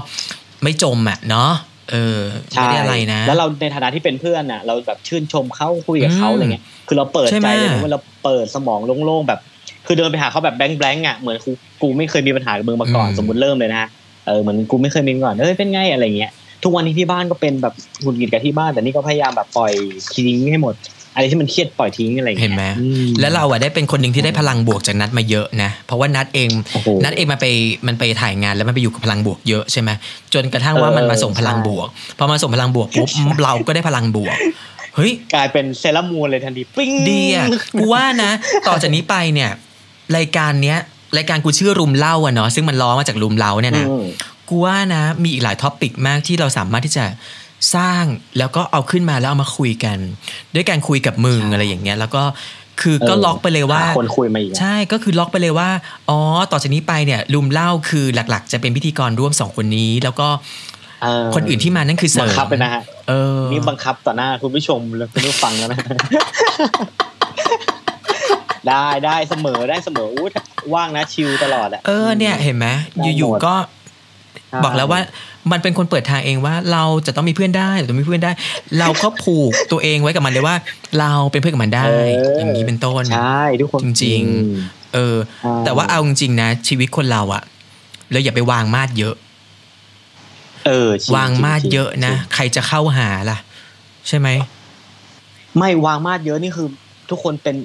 Speaker 2: ไม่จมอ่ะเนาะเออไม่
Speaker 3: ใช่
Speaker 2: ได้อะไรนะ
Speaker 3: แล้วเราในฐานะที่เป็นเพื่อนน่ะ เราแบบชื่นชมเขาคุยกับเขา
Speaker 2: อืม
Speaker 3: อะไรเงี้ยคือเราเปิด
Speaker 2: ใช่ไหม
Speaker 3: ใจเลยนะเว่าเราเปิดสมองโล่งๆแบบ คือเดินไปหาเขาแบบแบงค์แบงค์อ่ะเหมือนกูกูไม่เคยมีปัญหากับมึงมาก่อนสมมติเริ่มเลยนะเออเหมือนกูไม่เคยมีมาก่อนเอ้ยเป็นไงอะไรเงี้ยทุกวันนี้ที่บ้านก็เป็นแบบหงุดหงิดกับที่บ้าน แต่นี่ก็พยายามแบบปล่อยทิ้งให้หมดอะไรที่มันเครียดปล่อยทิ้งอะไรเงี้ย
Speaker 2: เห็นไหม
Speaker 3: อืม
Speaker 2: แล้วเราอะได้เป็นคนหนึ่งที่ได้พลังบวกจากนัดมาเยอะนะ เพราะว่านัดเอง
Speaker 3: โอ้โห
Speaker 2: นัดเองมันไปมันไปถ่ายงานแล้วมันไปอยู่กับพลังบวกเยอะใช่ไหมจนกระทั่งว่า
Speaker 3: เออ
Speaker 2: มันมาส่งพลัง
Speaker 3: ใช่
Speaker 2: บวกพอมาส่งพลังบวกปุ๊บ เราก็ได้พลังบวกเฮ้ย
Speaker 3: กลายเป็นเซรามูนเลยทันทีปิ้ง
Speaker 2: ดีอ่ะกูว่านะ ต่อจากนี้ไปเนี่ย รายการเนี้ย รายการกูชื่อรุมเล่าอะเนาะซึ่งมันล้อมาจากรุมเล่าเนี่ยนะ
Speaker 3: อืม
Speaker 2: กูว่านะ มีอีกหลายท็อปิกมากที่เราสามารถที่จะสร้างแล้วก็เอาขึ้นมาแล้วเอามาคุยกัน ด้วยการคุยกับมึงอะไรอย่างเงี้ย แล้วก็คือก็
Speaker 3: เออ
Speaker 2: ล็อกไปเลยว่า
Speaker 3: หคนคุยมาอีกอะ
Speaker 2: ใช่ก็คือล็อกไปเลยว่า อ๋อ ต่อจากนี้ไปเนี่ยรุมเล่าคือหลักๆ จะเป็นพิธีกรร่วมสองคนนี้ แล้วก็
Speaker 3: เ
Speaker 2: คนอื่นที่มานั่นคือเสริ
Speaker 3: บั
Speaker 2: ม
Speaker 3: งคับเลยนะฮะ
Speaker 2: เออ
Speaker 3: นี่บังคับต่อหน้าคุณผู้ชมและคุณผู้ฟังแล้วนะ ได้ได้เสมอได้เสมออู้ว่างนะชิลตลอดอะ
Speaker 2: เออเนี่ยเห็นไหม
Speaker 3: ได้
Speaker 2: อ
Speaker 3: ห
Speaker 2: ยู่
Speaker 3: มด
Speaker 2: ๆก็
Speaker 3: ใช่
Speaker 2: บอกแล้วว่ามันเป็นคนเปิดทางเองว่า เราจะต้องมีเพื่อนได้เราต้องมีเพื่อนได้ เราก็ผูกตัวเองไว้กับมันเลยว่า เราเป็นเพื่อนกับมันได้ อย่างนี้เป็นต้น
Speaker 3: ใช่ทุกคน
Speaker 2: จริง
Speaker 3: อืม
Speaker 2: เออ
Speaker 3: ใช่
Speaker 2: แต่ว่าเอาจริงๆนะ ชีวิตคนเราอะเราอย่าไปวางมาดเยอะ
Speaker 3: เออจริ
Speaker 2: วางมาด
Speaker 3: จริ
Speaker 2: เยอะนะ
Speaker 3: จริ
Speaker 2: ใครจะเข้าหาล่ะ ใช่ไหม
Speaker 3: งไม่วางมาดเยอะนี่คือ ทุกคนเป็น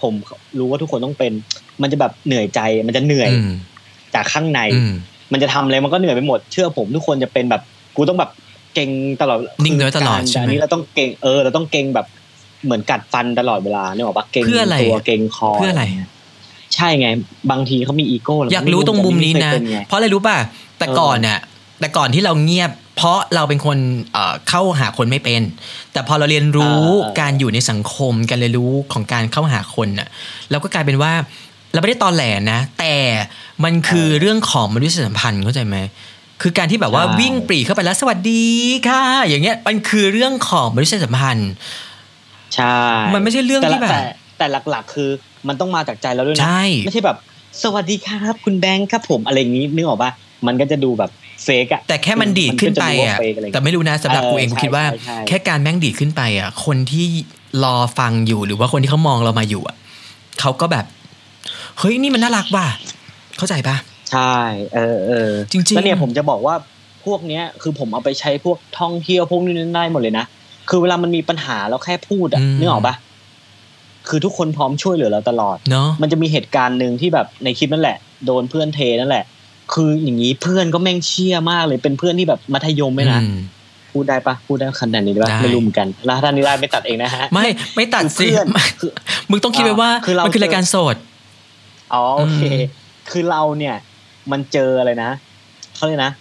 Speaker 3: ผมรู้ว่าทุกคนต้องเป็น มันจะแบบเหนื่อยใจมันจะเหนื่อย
Speaker 2: อืม
Speaker 3: จากข้างใน
Speaker 2: อืม
Speaker 3: มันจะทำอะไรมันก็เหนื่อยไปหมดเชื่อผมทุกคนจะเป็นแบบกูต้องแบบเก่งตลอด
Speaker 2: นิ่งน้อยตลอด
Speaker 3: คืการ
Speaker 2: ใช่ไหม
Speaker 3: นนี้เราต้องเก่งเออเราต้องเก่งแบบเหมือนกัดฟันตลอดเวลาเนี่ยหรอกปะเก่ง
Speaker 2: เพื่ออะไร
Speaker 3: ตัวเก่งคอ
Speaker 2: เพื่ออะไร
Speaker 3: ใช่ไง บางทีเขามีอีโก้เ
Speaker 2: อยากรู้ตรงมุมนี้นะ
Speaker 3: ไเคยเป็ไง
Speaker 2: เพราะอะไรรู้ป่ะ แต่ก่อนเนี่ยแต่ก่อนที่เราเงียบ เพราะเราเป็นคนเอ่อเข้าหาคนไม่เป็น แต่พอเราเรียนรู้
Speaker 3: อ่า
Speaker 2: การอยู่ในสังคมการเรียนรู้ของการเข้าหาคนน่ะเราก็กลายเป็นว่าเราไม่ได้ตอนแหลนะ แต่มันคือเรื่องของมนุษยสัมพันธ์เข้าใจไหมคือการที่แบบว่าวิ่งปรีเข้าไปแล้วสวัสดีค่ะ อย่างเงี้ยมันคือเรื่องของมนุษยสัมพันธ์
Speaker 3: ใช่
Speaker 2: มันไม่ใช่เรื่อง
Speaker 3: แต่
Speaker 2: ที่
Speaker 3: ละ
Speaker 2: แบบ
Speaker 3: แต่แต่หลักๆ คือมันต้องมาจากใจเราด้วยนะ
Speaker 2: ใช่
Speaker 3: ไม่ใช่แบบ สวัสดีครับคุณแบงค์ครับผมอะไรอย่างนี้นึกออกป่ะมันก็จะดูแบบเฟกอะ
Speaker 2: แต่แค่มันดีดขึ้นไปอ่ะ
Speaker 3: มันก็จะรู้ว่า fake อะไรอย่างเงี้ย
Speaker 2: แต่ไม่รู้นะสำหรับกูเอง
Speaker 3: เออ
Speaker 2: กูคิดว่า
Speaker 3: ใช่ใช่ใช่
Speaker 2: แค่การแม่งดีดขึ้นไปอ่ะ คนที่รอฟังอยู่หรือว่าคนที่เขามองเรามาอยู่อ่ะเขาก็แบบ เฮ้ยนี่มันน่ารักว่ะเข้าใจปะ
Speaker 3: ใช่ เออเออ
Speaker 2: จริงๆ
Speaker 3: แล้วเนี่ยผมจะบอกว่าพวกเนี้ยคือผมเอาไปใช้พวกท่องเที่ยวพวกนี้นนั่นได้หมดเลยนะคือเวลามันมีปัญหาเราแค่พูดอะ
Speaker 2: อืม
Speaker 3: นึกออกป่ะคือทุกคนพร้อมช่วยเหลือเราตลอด
Speaker 2: เนาะ
Speaker 3: มันจะมีเหตุการณ์หนึ่งที่แบบในคลิปนั่นแหละ โดนเพื่อนเทนั่นแหละ คืออย่างนี้เพื่อนก็แม่งเชี่ยมากเลยเป็นเพื่อนที่แบบมัธยมไหมนะ
Speaker 2: อืม
Speaker 3: พูดได้ปะพูดได้ขนาดนี้ได้ปะ
Speaker 2: ได้
Speaker 3: ไม่รู้เหมือนกันแล้วท่านนิราศไม่ตัดเองนะฮะ
Speaker 2: ไม่ไม่ตัด
Speaker 3: คือ
Speaker 2: สิ
Speaker 3: เพื่อน คือ
Speaker 2: มึงต้องคิดไว้ว่า
Speaker 3: คือเรามั
Speaker 2: มันคือรายการโสด
Speaker 3: อ๋อโอเค
Speaker 2: อืม
Speaker 3: คือเราเนี่ย มันเจออะไรนะเขาเลยกนะ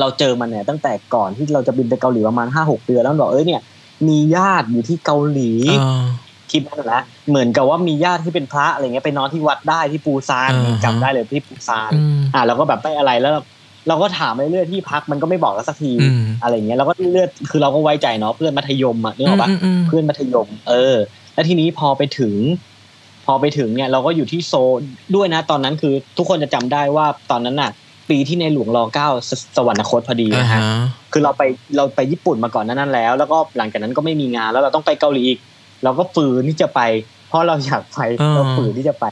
Speaker 3: เราเจอมันเนี่ย ตั้งแต่ก่อนที่เราจะบินไปเกาหลีประมาณห้าหกเดือนแล้วมันบอกเอ้ยเนี่ย มีญาติอยู่ที่เกาหลี
Speaker 2: เออ
Speaker 3: คลิปนั่นแหละเหมือนกับว่ามีญาติที่เป็นพระอะไรเงี้ยไปนอนที่วัดได้ที่ปูซาน
Speaker 2: อ่าฮะ
Speaker 3: จำได้เลยที่ปูซาน
Speaker 2: อืม
Speaker 3: อ่ะเราก็แบบไม่อะไรแล้วเราเราก็ถามไปเรื่อยที่พักมันก็ไม่บอกเราสักที
Speaker 2: อืม
Speaker 3: อะไรเงี้ยเราก็เลือดคือเราก็ไว้ใจเนาะเพื่อนมัธยมอ่ะนึกออกปะ
Speaker 2: มมม
Speaker 3: เพื่อนมัธยม เออ แล้วทีนี้พอไปถึง พอไปถึงเนี่ย เราก็อยู่ที่โซลด้วยนะ ตอนนั้นคือทุกคนจะจำได้ว่าตอนนั้นน่ะ ปีที่ในหลวงรอเก้าสสวรรคตพอดี
Speaker 2: อ่า
Speaker 3: นะฮะ
Speaker 2: ฮะ
Speaker 3: คือเราไปเราไปญี่ปุ่นมาก่อนหนานั้นแล้ว แล้วก็หลังจากนั้นก็ไม่มีงานแล้วเราต้องไปเกาหลีอีกเราก็ฝืนที่จะไป เพราะเราอยากไปเราฝืนที่จะไป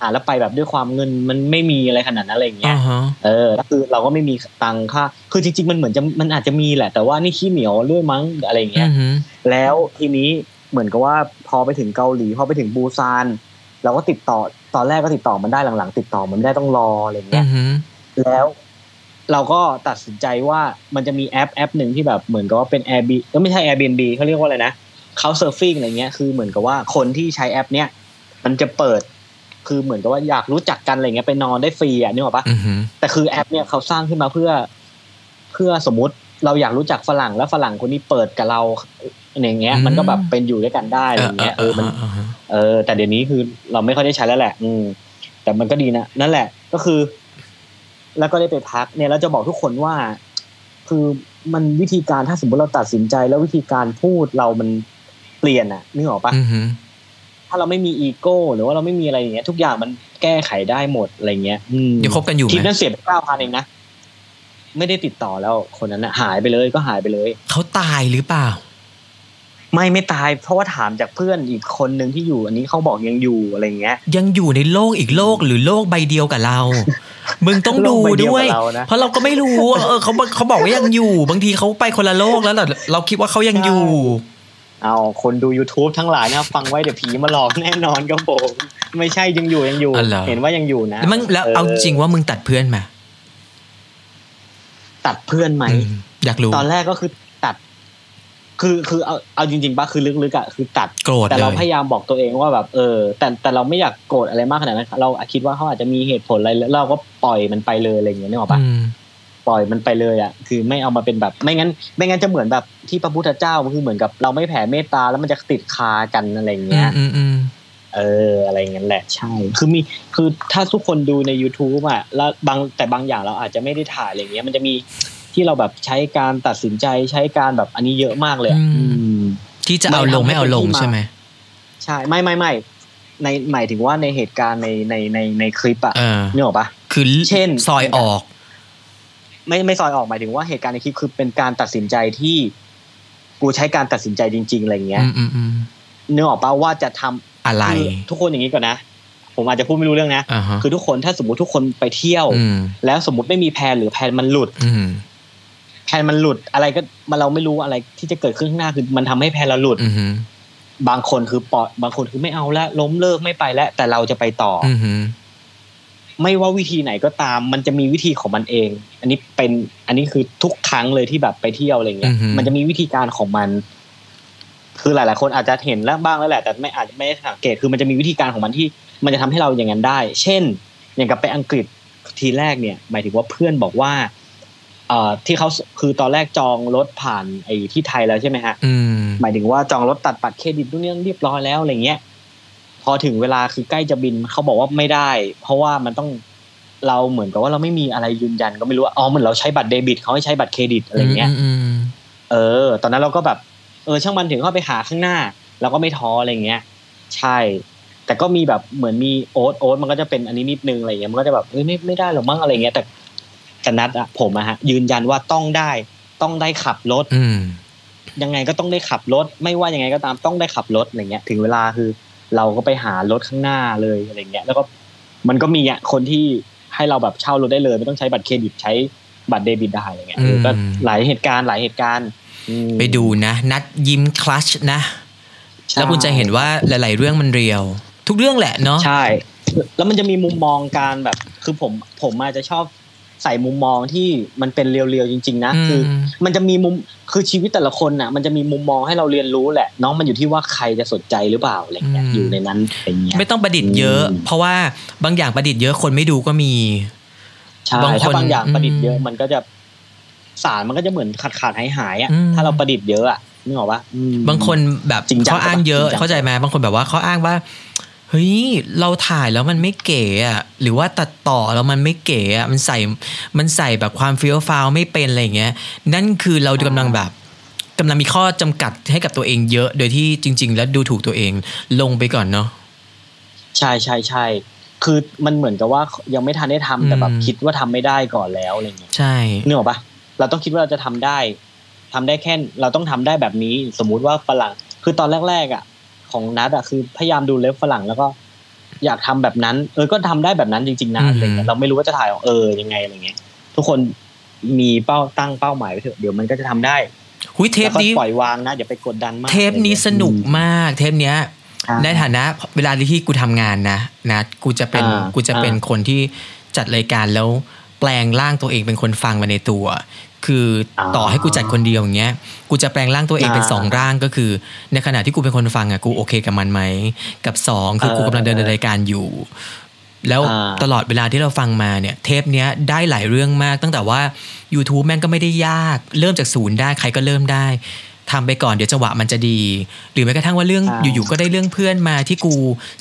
Speaker 3: อ่าแล้วไปแบบด้วยความเงินมันไม่มีอะไรขนาดนั้นอะไรอย่างเงี้
Speaker 2: อ่าย ฮะ
Speaker 3: เออแล้วคือเราก็ไม่มีตังค่า คือจริงๆ มันเหมือนจะมันอาจจะมีแหละ แต่ว่านี่ขี้เหนียวเรื่อยมั้งอะไรอย่าง
Speaker 2: อื
Speaker 3: เงี้ย
Speaker 2: อหือ
Speaker 3: แล้วทีนี้เหมือนกับว่าพอไปถึงเกาหลีพอไปถึงบูซานเราก็ติดต่อตอนแรกก็ติดต่อมันได้หลังๆ ติดต่อมันไม่ได้ต้องรออะไรอย่าง
Speaker 2: อื
Speaker 3: เงี้ย
Speaker 2: อหือ
Speaker 3: แล้วเราก็ตัดสินใจว่ามันจะมีแอปแอปหนึ่งที่แบบเหมือนกับว่าเป็น Airb เออไม่ใช่ Airbnb เขาเรียกว่าอะไรนะเขาเซิร์ฟิ่งอะไรเงี้ยคือเหมือนกับว่าคนที่ใช้แอป เนี้ยมันจะเปิด คือเหมือนกับว่าอยากรู้จักกันอะไรเงี้ยไปนอนได้ฟรีอ่ะนึกออกปะ
Speaker 2: อือหือ
Speaker 3: แต่คือแอปเนี่ยเขาสร้างขึ้นมาเพื่อ เพื่อสมมติเราอยากรู้จักฝรั่งแล้วฝรั่งคนนี้เปิดกับเราอย่างเงี้ย มันก็แบบเป็นอยู่ด้วยกันได้อะไรอย่างเงี้ยเออมัน
Speaker 2: อ่าฮะ
Speaker 3: เออ แต่เดี๋ยวนี้คือเราไม่ค่อยได้ใช้แล้วแหละ อืม แต่มันก็ดีนะนั่นแหละ ก็คือ แล้วก็ได้ไปพักเนี่ยเราจะบอกทุกคนว่า คือมันวิธีการถ้าสมมติเราตัดสินใจ แล้ววิธีการพูดเรามันเปลี่ยนอะนึกออกปะ
Speaker 2: อือหือ
Speaker 3: ถ้าเราไม่มีอีโก้ หรือว่าเราไม่มีอะไรอย่างเงี้ย ทุกอย่างมันแก้ไขได้หมดอะไรเงี้ยอืม
Speaker 2: เดี๋ยวคบกันอยู่
Speaker 3: ทริป
Speaker 2: ไหม
Speaker 3: นั้นเสียไปเก้าพันเองนะ ไม่ได้ติดต่อแล้วคนนั้นนะหายไปเลยก็หายไปเลย
Speaker 2: เขาตายหรือเปล่า
Speaker 3: ไม่ไม่ตายเพราะว่าถามจากเพื่อนอีกคนหนึ่งที่อยู่ อันนี้เขาบอกยังอยู่อะไรอย่างเงี้ย
Speaker 2: ยังอยู่ในโลกอีกโลกหรือโลกใบเดียวกับเรา มึงต้องดู
Speaker 3: โลกใบเดียว
Speaker 2: ด้วย
Speaker 3: กับเรานะ
Speaker 2: เพราะเราก็ไม่รู้ เออเขาเขาบอกว่ายังอยู่ บางทีเขาไปคนละโลกแล้วเหรอเราคิดว่าเขายัง
Speaker 3: ใช่
Speaker 2: อยู่
Speaker 3: เอาคนดู YouTube ทั้งหลายนะ ฟังไว้เดี๋ยวผีมาหลอกแน่นอนครับผมไม่ใช่ยังอยู่ยังอยู่
Speaker 2: อ๋อเหรอ
Speaker 3: เห็นว่ายังอยู่นะ
Speaker 2: แล้วมึงแล้วเอาจริงว่ามึงตัดเพื่อนมา
Speaker 3: ตัดเพื่อนไหม
Speaker 2: อืมอยากรู้
Speaker 3: ตอนแรกก็คือตัด คือคือเอาเอาจริงๆปะคือลึกๆอ่ะคือตัด
Speaker 2: โกรธ
Speaker 3: แต่
Speaker 2: เล
Speaker 3: เราพ
Speaker 2: ย
Speaker 3: ยายามบอกตัวเองว่าแบบเออ แต่แต่เราไม่อยากโกรธอะไรมากขนาดนั้นเราคิดว่าเขาอาจจะมีเหตุผลอะไรแล้วเราก็ปล่อยมันไปเลยอะไรอย่างเงี้ยนึกออกปะ
Speaker 2: อืม
Speaker 3: ปล่อยมันไปเลยอ่ะคือไม่เอามาเป็นแบบ ไม่งั้น ไม่งั้นจะเหมือนแบบที่พระพุทธเจ้ามันคือเหมือนกับเราไม่แผ่เมตตาแล้วมันจะติดคากันอะไรอย่างเงี้ย
Speaker 2: อืมอืม
Speaker 3: เอออะไรอย่างเงี้ยแหละใช่ คือมีคือถ้าทุกคนดูใน YouTube อ่ะแล้วบางแต่บางอย่างเราอาจจะไม่ได้ถ่ายอะไรอย่างเงี้ยมันจะมีที่เราแบบใช้การตัดสินใจใช้การแบบอันนี้เยอะมากเลยอะอืม
Speaker 2: ที่จะเอาลงไม่เอาลงใช่ไหม
Speaker 3: ใช่ไม่ไม่ไม่ในหมายถึงว่าในเหตุการณ์ในในในในคลิปอ่ะ
Speaker 2: เออ
Speaker 3: นึกออกปะ
Speaker 2: คือ
Speaker 3: เช่น
Speaker 2: ซอยออก
Speaker 3: ไม่ไม่ซอยออกหมายถึงว่าเหตุการณ์ในคลิปคือเป็นการตัดสินใจที่กูใช้การตัดสินใจจริง ๆอะไรอย่างเงี้ย
Speaker 2: อืมอืมอืม
Speaker 3: นึกออกปะว่าจะทำ
Speaker 2: อะไร
Speaker 3: คือทุกคนอย่างนี้ก่อนนะ ผมอาจจะพูดไม่รู้เรื่องนะ
Speaker 2: อ่าฮะ
Speaker 3: คือทุกคนถ้าสมมติทุกคนไปเที่ยว
Speaker 2: อืม
Speaker 3: แล้วสมมติไม่มีแพลนหรือแพลนมันหลุด
Speaker 2: อืม
Speaker 3: แพลนมันหลุดอะไรก็มันเราไม่รู้อะไรที่จะเกิดขึ้นข้างหน้าคือมันทำให้แพลนเราหลุด
Speaker 2: อืมอืม
Speaker 3: บางคนคือปล่อยบางคนคือไม่เอาละล้มเลิกไม่ไปแล้วแต่เราจะไปต่ออ
Speaker 2: อืมอืม
Speaker 3: ไม่ว่าวิธีไหนก็ตาม มันจะมีวิธีของมันเอง อันนี้เป็น อันนี้คือทุกครั้งเลยที่แบบไปเที่ยวอะไรเงี้ย มันจะมีวิธีการของมัน คือหลาย ๆ คนอาจจะเห็นแล้วบ้างแล้วแหละ แต่ไม่อาจไม่ได้สังเกต คือมันจะมีวิธีการของมันที่ มันจะทำให้เราอย่างนั้นได้ เช่น อย่างกับไปอังกฤษทีแรกเนี่ย หมายถึงว่าเพื่อนบอกว่า เอ่อ ที่เขาคือตอนแรกจองรถผ่านไอ้ที่ไทยแล้วใช่ไหมฮะ
Speaker 2: อืม
Speaker 3: หมายถึงว่าจองรถตัดบัตรเครดิตนู่นนี่นั่นเรียบร้อยแล้วอะไรเงี้ย พอถึงเวลาคือใกล้จะบินเขาบอกว่าไม่ได้ เพราะว่ามันต้องเราเหมือนกับว่าเราไม่มีอะไรยืนยันก็ไม่รู้ว่าอ๋อเหมือนเราใช้บัตรเดบิตเขาให้ใช้บัตรเครดิตอะไรเงี้ย
Speaker 2: อืมอืม
Speaker 3: เออ ตอนนั้นเราก็แบบเออช่างมันถึงเข้าไปหาข้างหน้าเราก็ไม่ท้ออะไรเงี้ย ใช่ แต่ก็มีแบบเหมือนมีโอ๊ตโอ๊ตมันก็จะเป็นอันนี้นิดนึงอะไรเงี้ยมันก็จะแบบเอ้ยไม่ไม่ได้หรอกมั้งอะไรเงี้ยแต่แต่นัดอะผมอะฮะ ยืนยันว่าต้องได้ต้องได้ขับรถ
Speaker 2: อืม
Speaker 3: ยังไงก็ต้องได้ขับรถ ไม่ว่ายังไงก็ตามต้องได้ขับรถอะไรเงี้ย ถึงเวลาคือ เราก็ไปหารถข้างหน้าเลยอะไรเงี้ย แล้วก็มันก็มีอ่ะคนที่ให้เราแบบเช่ารถได้เลย ไม่ต้องใช้บัตรเครดิตใช้บัตรเดบิตได้อะไรเงี้ยเออก็หลายเหตุการณ์หลายเหตุการณ์อืม
Speaker 2: ไปดูนะ นัดยิ้มคลัชนะ
Speaker 3: ใช่
Speaker 2: แล้วคุณจะเห็นว่าหลาย ๆ เรื่องมันเรียว ทุกเรื่องแหละเนาะ
Speaker 3: ใช่ แล้วมันจะมีมุมมองการแบบ คือผมผมอาจจะชอบใส่มุมมองที่มันเป็นเรียวๆจริง ๆ นะ
Speaker 2: อืม
Speaker 3: คือ มันจะมีมุมคือชีวิตแต่ละคนน่ะ มันจะมีมุมมองให้เราเรียนรู้แหละ น้องมันอยู่ที่ว่าใครจะสนใจหรือเปล่าอะไรเงี้ยอยู่ในนั้นอะไรเงี้ย
Speaker 2: ไม่ต้องประดิษฐ์เยอะ
Speaker 3: อืม
Speaker 2: เพราะว่าบางอย่างประดิษฐ์เยอะคนไม่ดูก็มี
Speaker 3: ใช่
Speaker 2: บางคน
Speaker 3: ถ้าบางอย่างประดิษฐ์เยอะ
Speaker 2: อืม
Speaker 3: มันก็จะสารมันก็จะเหมือนขาดขาดหายหายๆอ่ะ
Speaker 2: อืม
Speaker 3: ถ้าเราประดิษฐ์เยอะอ่ะนึกออกปะอืม
Speaker 2: บางคนแบบ
Speaker 3: จริงจัง
Speaker 2: เขาอ้างเยอะ
Speaker 3: จริงจัง
Speaker 2: เข้าใจไหมบางคนแบบว่าเขาอ้างว่าเฮ้ยเราถ่ายแล้วมันไม่เก๋อะหรือว่าตัดต่อแล้วมันไม่เก๋อะมันใส่มันใส่แบบความเฟี้ยวฟ้าวไม่เป็นอะไรอย่างเงี้ย นั่นคือเรากำลังแบบกำลังมีข้อจำกัดให้กับตัวเองเยอะ โดยที่จริง ๆ แล้วดูถูกตัวเองลงไปก่อนเนาะ
Speaker 3: ใช่ใช่ใช่ คือมันเหมือนกับว่ายังไม่ทันได้ทำแต่แบบ
Speaker 2: อืม
Speaker 3: คิดว่าทำไม่ได้ก่อนแล้วอะไรเงี้ย
Speaker 2: ใช่
Speaker 3: นึกออกปะเราต้องคิดว่าเราจะทำได้ทำได้แค่เราต้องทำได้แบบนี้ สมมุติว่าฝรั่งคือตอนแรกๆอ่ะ ของนัดอ่ะคือพยายามดูเล็บฝรั่งแล้วก็ อยากทำแบบนั้น เออก็ทำได้แบบนั้นจริงๆนะ
Speaker 2: อืม
Speaker 3: อะไรเงี้ยเราไม่รู้ว่าจะถ่ายออกเออยังไงอะไรเงี้ย ทุกคนมีเป้าตั้งเป้าหมายไว้เถอะเดี๋ยวมันก็จะทำได้
Speaker 2: หุยเทป
Speaker 3: แล้วก็
Speaker 2: นี้
Speaker 3: ปล่อยวางนะอย่าไปกดดันมาก
Speaker 2: เทปนี้สนุกมาก เทปเนี้ย
Speaker 3: อ่า
Speaker 2: ในฐานะเวลาที่กูทำงานนะนะกูจะเป็น
Speaker 3: อ่า
Speaker 2: กูจะเป็นคนที่จัดรายการแล้วแปลงร่างตัวเองเป็นคนฟังมาในตัว คืออา ต่อให้กูจัดคนเดียวอย่างเงี้ยกูจะแปลงร่างตัวเองเป็น
Speaker 3: อ่า
Speaker 2: สองร่างก็คือ ในขณะที่กูเป็นคนฟังอ่ะกูโอเคกับมันไหมกับสองคือ
Speaker 3: เออ
Speaker 2: กูกำลังเดินรายการอยู่ แล้ว
Speaker 3: อ่า
Speaker 2: ตลอดเวลาที่เราฟังมาเนี่ย เทปเนี้ยได้หลายเรื่องมาก ตั้งแต่ว่า YouTube แม่งก็ไม่ได้ยาก เริ่มจากศูนย์ได้ใครก็เริ่มได้ทำไปก่อนเดี๋ยวจังหวะมันจะดี หรือแม้กระทั่งว่าเรื่อง
Speaker 3: อ่า
Speaker 2: อยู่ อยู่ก็ได้เรื่องเพื่อนมาที่กู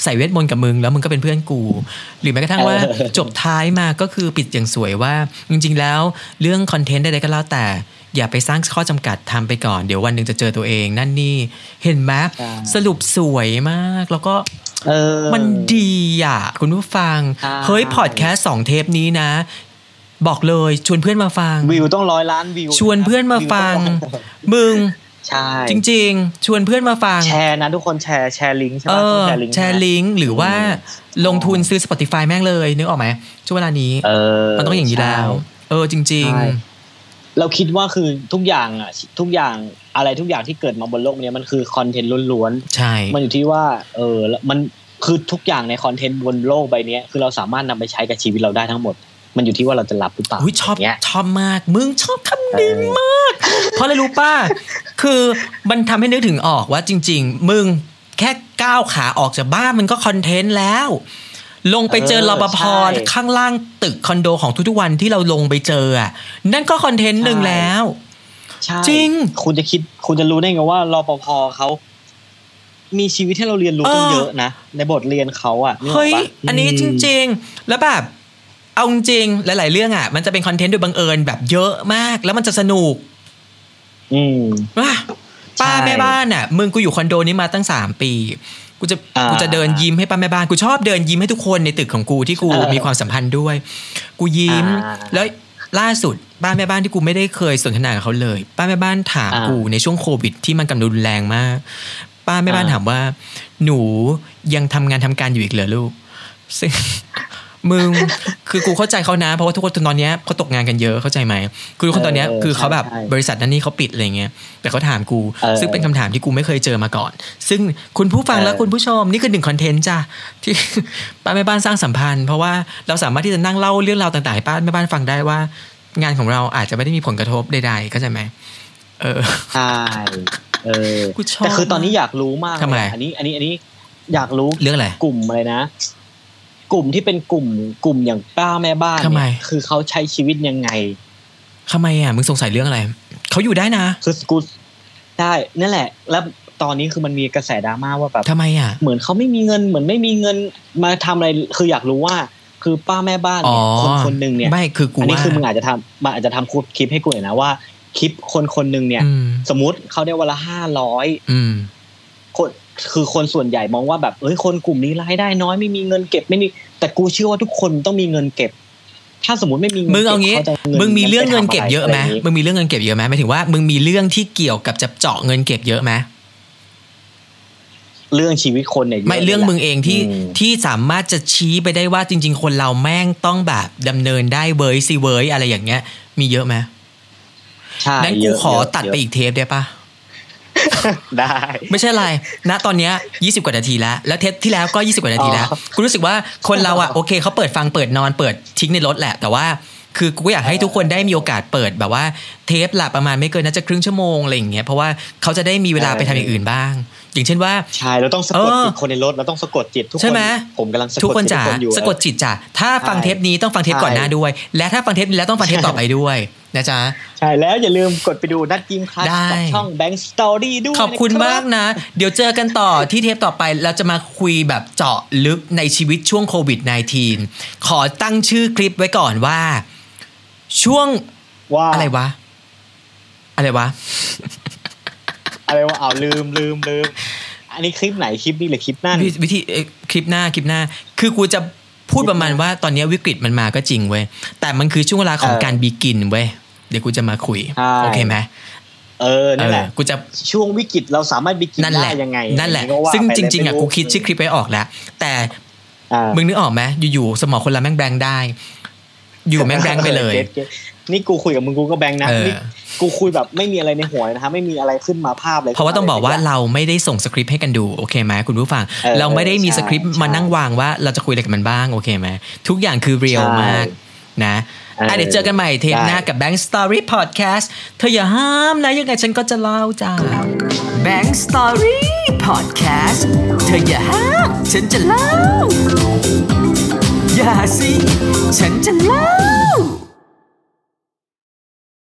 Speaker 2: ใส่เวทมนต์กับมึง แล้วมึงก็เป็นเพื่อนกู หรือแม้กระทั่ง ว่า
Speaker 3: เออ
Speaker 2: จบท้ายมาก็คือปิดอย่างสวยว่า จริง ๆ แล้วเรื่องคอนเทนต์ใดๆก็แล้วแต่ อย่าไปสร้างข้อจำกัดทำไปก่อน เดี๋ยววันหนึ่งจะเจอตัวเองนั่นนี่ เห็นไหมสรุปสวยมากแล้วก็
Speaker 3: เออ
Speaker 2: มันดีอ่ะ คุณผู้ฟัง
Speaker 3: ใช่
Speaker 2: เฮ้ยพอดแคสต์สองเทปนี้นะ บอกเลยชวนเพื่อนมาฟัง
Speaker 3: วิวต้องร้อยล้านวิว
Speaker 2: ชวนเพื่อนมาฟั ง
Speaker 3: วิวต้องร้อย
Speaker 2: มึง
Speaker 3: ใช่
Speaker 2: จริง ๆ ชวนเพื่อนมาฟัง
Speaker 3: แชร์นะทุกคนแชร์แชร์ลิงก์ใช่
Speaker 2: เอ
Speaker 3: ปะต้
Speaker 2: อ
Speaker 3: อ
Speaker 2: ง
Speaker 3: แชร์ลิงก์
Speaker 2: แชร์
Speaker 3: นะ
Speaker 2: ลิงก์หรือว่าลงทุนซื้อ Spotify แม่งเลยนึกออกไหมช่วงเวลานี้
Speaker 3: เออ
Speaker 2: มันต้องอย่างนี้แล้ว
Speaker 3: ใช่
Speaker 2: เออจริง
Speaker 3: ใช่ เราคิดว่าคือทุกอย่างอ่ะทุกอย่างอะไรทุกอย่างที่เกิดมาบนโลกเนี้ยมันคือคอนเทนต์ล้วน
Speaker 2: ๆ ใช่
Speaker 3: ๆมันอยู่ที่ว่า เออแล้วมันคือทุกอย่างในคอนเทนต์บนโลกใบเนี้ยคือเราสามารถนำไปใช้กับชีวิตเราได้ทั้งหมด มันอยู่ที่ว่าเราจะรับหรือเปล่า
Speaker 2: อุ้ยชอบ
Speaker 3: ย่างเงี้ย
Speaker 2: ชอบมาก มึงชอบคำนี้มาก เพราะอะไรรู้ป้า คือมันทำให้นึกถึงออกว่าจริง ๆ มึงแค่ก้าวขาออกจากบ้านมันก็คอนเทนต์แล้ว ลงไปเจอ
Speaker 3: เออ
Speaker 2: รปภ
Speaker 3: ใช่
Speaker 2: ข้างล่างตึกคอนโดของทุกๆวันที่เราลงไปเจออะนั่นก็คอนเทนต์หนึ่ง
Speaker 3: ใช่
Speaker 2: แล้ว
Speaker 3: ใช่
Speaker 2: จริง
Speaker 3: คุณจะคิดคุณจะรู้ได้ไงว่ารปภเขามีชีวิตให้เราเรียนรู้ตั้งเยอะนะในบทเรียนเขาอ่ะนึกออกปะ
Speaker 2: เฮ้ย อันนี้จ
Speaker 3: ม
Speaker 2: ริง ๆ แล้วแบบ เอาจริงๆหลาย ๆ เรื่องอ่ะ มันจะเป็นคอนเทนต์โดยบังเอิญแบบเยอะมาก แล้วมันจะสนุก
Speaker 3: อืม
Speaker 2: ว่ะป้า
Speaker 3: ใช่
Speaker 2: แม่บ้านอ่ะ มึงกูอยู่คอนโดนี้มาตั้งสามปี กูจะ
Speaker 3: อ่ากู
Speaker 2: กูจะเดินยิ้มให้ป้าแม่บ้าน กูชอบเดินยิ้มให้ทุกคนในตึกของกูที่กู
Speaker 3: เออ
Speaker 2: มีความสัมพันธ์ด้วย กูยิ้ม
Speaker 3: อ่า
Speaker 2: แล้วล่าสุดป้าแม่บ้านที่กูไม่ได้เคยสนทนากับเขาเลย ป้าแม่บ้านถาม
Speaker 3: อ่ากู
Speaker 2: กูในช่วงโควิด ที่มันกำลังรุนแรงมาก ป้าแม่บ้าน
Speaker 3: อ่า
Speaker 2: ถามว่า หนูยังทำงานทำการอยู่อีกเหรอลูก ซึ่ง มึงคือกูเข้าใจเขานะ เพราะว่าทุกคนตอนเนี้ยเขาตกงานกันเยอะเข้าใจไหมคือทุกคนตอนเนี้ย
Speaker 3: เออ
Speaker 2: คือเขาแบบ
Speaker 3: ใช่ใช่
Speaker 2: บริษัทนั้นนี่เขาปิดอะไรเงี้ยแต่เขาถามกู
Speaker 3: เออ
Speaker 2: ซึ่งเป็นคำถามที่กูไม่เคยเจอมาก่อน ซึ่งคุณผู้ฟัง
Speaker 3: เออ
Speaker 2: และคุณผู้ชมนี่คือหนึ่งคอนเทนต์จ้ะที่ ป้าแม่บ้านสร้างสัมพันธ์ เพราะว่าเราสามารถที่จะนั่งเล่าเรื่องราวต่างๆให้ป้าแม่บ้านฟังได้ว่า งานของเราอาจจะไม่ได้มีผลกระทบใดๆเข้าใจไหมเออ
Speaker 3: ใช่เออ
Speaker 2: กูชอบ
Speaker 3: แต่คือตอนนี้อยากรู้มาก
Speaker 2: ทำไม
Speaker 3: เลยอันนี้ อันนี้อันนี้อยากรู้
Speaker 2: เรื่องอะไร
Speaker 3: กลุ่มอะไรนะ กลุ่มที่เป็นกลุ่มกลุ่มอย่างป้าแม่บ้าน
Speaker 2: ทำไม
Speaker 3: เนี่ยคือเขาใช้ชีวิตยังไง
Speaker 2: ทำไมอ่ะมึงสงสัยเรื่องอะไรเขาอยู่ได้นะ
Speaker 3: คือกูได้นั่นแหละ แล้วตอนนี้คือมันมีกระแสดราม่าว่าแบบ
Speaker 2: ทำไมอ่ะ
Speaker 3: เหมือนเขาไม่มีเงิน เหมือนไม่มีเงินมาทำอะไร คืออยากรู้ว่า คือป้าแม่บ้าน
Speaker 2: อ๋อ
Speaker 3: เนี่ยคนคนหนึ่งเนี่ย
Speaker 2: ไม่คือกู
Speaker 3: อันนี้
Speaker 2: ว่า
Speaker 3: คือมึงอาจจะทำมาอาจจะทำคลิปให้กูหน่อยนะว่าคลิปคนคนหนึ่งเนี่ย
Speaker 2: อืม
Speaker 3: สมมติเขาได้วันละห้าร้อย
Speaker 2: อืม
Speaker 3: คนคือคนส่วนใหญ่มองว่าแบบเอ้ยคนกลุ่มนี้รายได้น้อยไม่มีเงินเก็บไม่มีแต่กูเชื่อว่าทุกคนต้องมีเงินเก็บ ถ้าสมมติไม่มีเงิน
Speaker 2: มึงเอางี้
Speaker 3: ก็บขจะงิน
Speaker 2: มึงมีเรื่องเงินเก็บเยอะไหม
Speaker 3: ปทำรรางงี้
Speaker 2: มึงมีเรื่องเงินเก็บเยอะไหมหมายถึงว่ามึงมีเรื่องที่เกี่ยวกับจะเจาะเงินเก็บเยอะไหม
Speaker 3: เรื่องชีวิตคนเนี่ยยะ
Speaker 2: ไม่เรื่องมึงเองที่
Speaker 3: อืม
Speaker 2: ที่สามารถจะชี้ไปได้ว่าจริง ๆ คนเราแม่งต้องแบบดำเนินได้เว้ยสิเว้ยอะไรอย่างเงี้ย มีเยอะไหม
Speaker 3: ใช่
Speaker 2: นั้น
Speaker 3: เย
Speaker 2: กู
Speaker 3: อะ
Speaker 2: ขอตัดไป
Speaker 3: เยะ
Speaker 2: อีกเทปได้ปะ
Speaker 3: ได้
Speaker 2: ไม่ใช่ไรณตอนเนี้ย20 กว่านาทีแล้วแล้วเทปที่แล้วก็ 20 กว่านาทีแล้ว
Speaker 3: อ๋อ
Speaker 2: กูรู้สึกว่าคนเราอะโอเคเขาเปิดฟังเปิดนอนเปิดทิ้งในรถแหละ แต่ว่าคือกูอยากให้ทุกคนได้มีโอกาสเปิดแบบว่าเทปละประมาณไม่เกินน่าจะครึ่งชั่วโมงอะไรอย่างเงี้ยเพราะว่าเขาจะได้มีเวลาไปทำอย่างอื่นบ้าง อย่างเช่นว่า
Speaker 3: ใช่เราต้องสะกด
Speaker 2: เออ
Speaker 3: จิตคนในรถเราต้องสะกดจิตทุกคน
Speaker 2: ใช่ไหม
Speaker 3: ผมกำลังสะกด
Speaker 2: ทุกคน
Speaker 3: จิต
Speaker 2: จ๋า
Speaker 3: อยู่
Speaker 2: สะกดจิตจ้ะถ้าฟัง
Speaker 3: ใช่
Speaker 2: เทปนี้ต้องฟังเทปก่อนหน้า
Speaker 3: ใช่
Speaker 2: ด้วย และถ้าฟังเทปนี้แล้วต้องฟังเทปต่อไปด้วยนะจ๊ะ
Speaker 3: ใช่แล้วอย่าลืมกดไปดูนัดกิมคลาส
Speaker 2: ได้
Speaker 3: กับช่องแบงค์สตอรี่ด้วย
Speaker 2: ขอบคุณมาก
Speaker 3: นะ
Speaker 2: นะ เดี๋ยวเจอกันต่อที่เทปต่อไปเราจะมาคุยแบบเจาะลึกในชีวิตช่วงโควิด -19 ขอตั้งชื่อคลิปไว้ก่อนว่า ช่วง
Speaker 3: ครับว่า
Speaker 2: อะไรวะ อะไรวะ
Speaker 3: อะไรวะอ้าวลืมลืมลืมอันนี้คลิปไหนคลิปนี้หรือคลิปนั่น
Speaker 2: วิวิธีเอ่อคลิปหน้าคลิปหน้า คือกูจะ พูดประมาณว่าตอนนี้วิกฤตมันมาก็จริงเว้ยแต่มันคือช่วงเวลาของ
Speaker 3: เออ
Speaker 2: การบีกินเว้ยเดี๋ยวกูจะมาคุย
Speaker 3: ใช่
Speaker 2: โอเคไหม
Speaker 3: เออนั่นแหละ
Speaker 2: เออกูจะ
Speaker 3: ช่วงวิกฤตเราสามารถบิกิน
Speaker 2: นั่นแห
Speaker 3: ได้
Speaker 2: ละ
Speaker 3: ยังไง
Speaker 2: นั่นแหละ
Speaker 3: ก็ว่า
Speaker 2: ซึ่ง
Speaker 3: ไปเลย
Speaker 2: จริงๆอ่ะ
Speaker 3: ไม่
Speaker 2: กูคิดชื่อคลิปไว้ออกแล้ว แต่
Speaker 3: อ่า
Speaker 2: มึงนึกออกไหมอยู่ๆสมองคนละแม่งแบงค์ได้ อยู่แม่งแบงค์ไปเลย
Speaker 3: ก็ตก็ตนี่กูคุยกับมึงกูก็แบงค์นะ
Speaker 2: เออ
Speaker 3: นี่กูคุยแบบไม่มีอะไรในหัวเลยนะฮะไม่มีอะไรขึ้นมาภาพเลย
Speaker 2: เพราะว่าต้องบอกว่าเราไม่ได้ส่งสคริปต์ให้กันดูโอเคไหมคุณผู้ฟัง
Speaker 3: เออ
Speaker 2: เราไม่ได้มี
Speaker 3: ใช่
Speaker 2: สคริปต์มานั่งวางว่าเราจะคุยอะไรกับมันบ้างโอเคไหมทุกอย่างคือเรียล
Speaker 3: ใช่
Speaker 2: มากนะ
Speaker 3: เอออ่
Speaker 2: ะเดี๋ยวเจอกันใหม่เทปหน้า
Speaker 3: ได้
Speaker 2: กับ Bank Story Podcast เธออย่าห้ามนะยังไงฉันก็จะเล่าจ้า
Speaker 1: Bank Story Podcast เธออย่าห้ามฉันจะเล่า อย่าสิ ฉันจะเล่า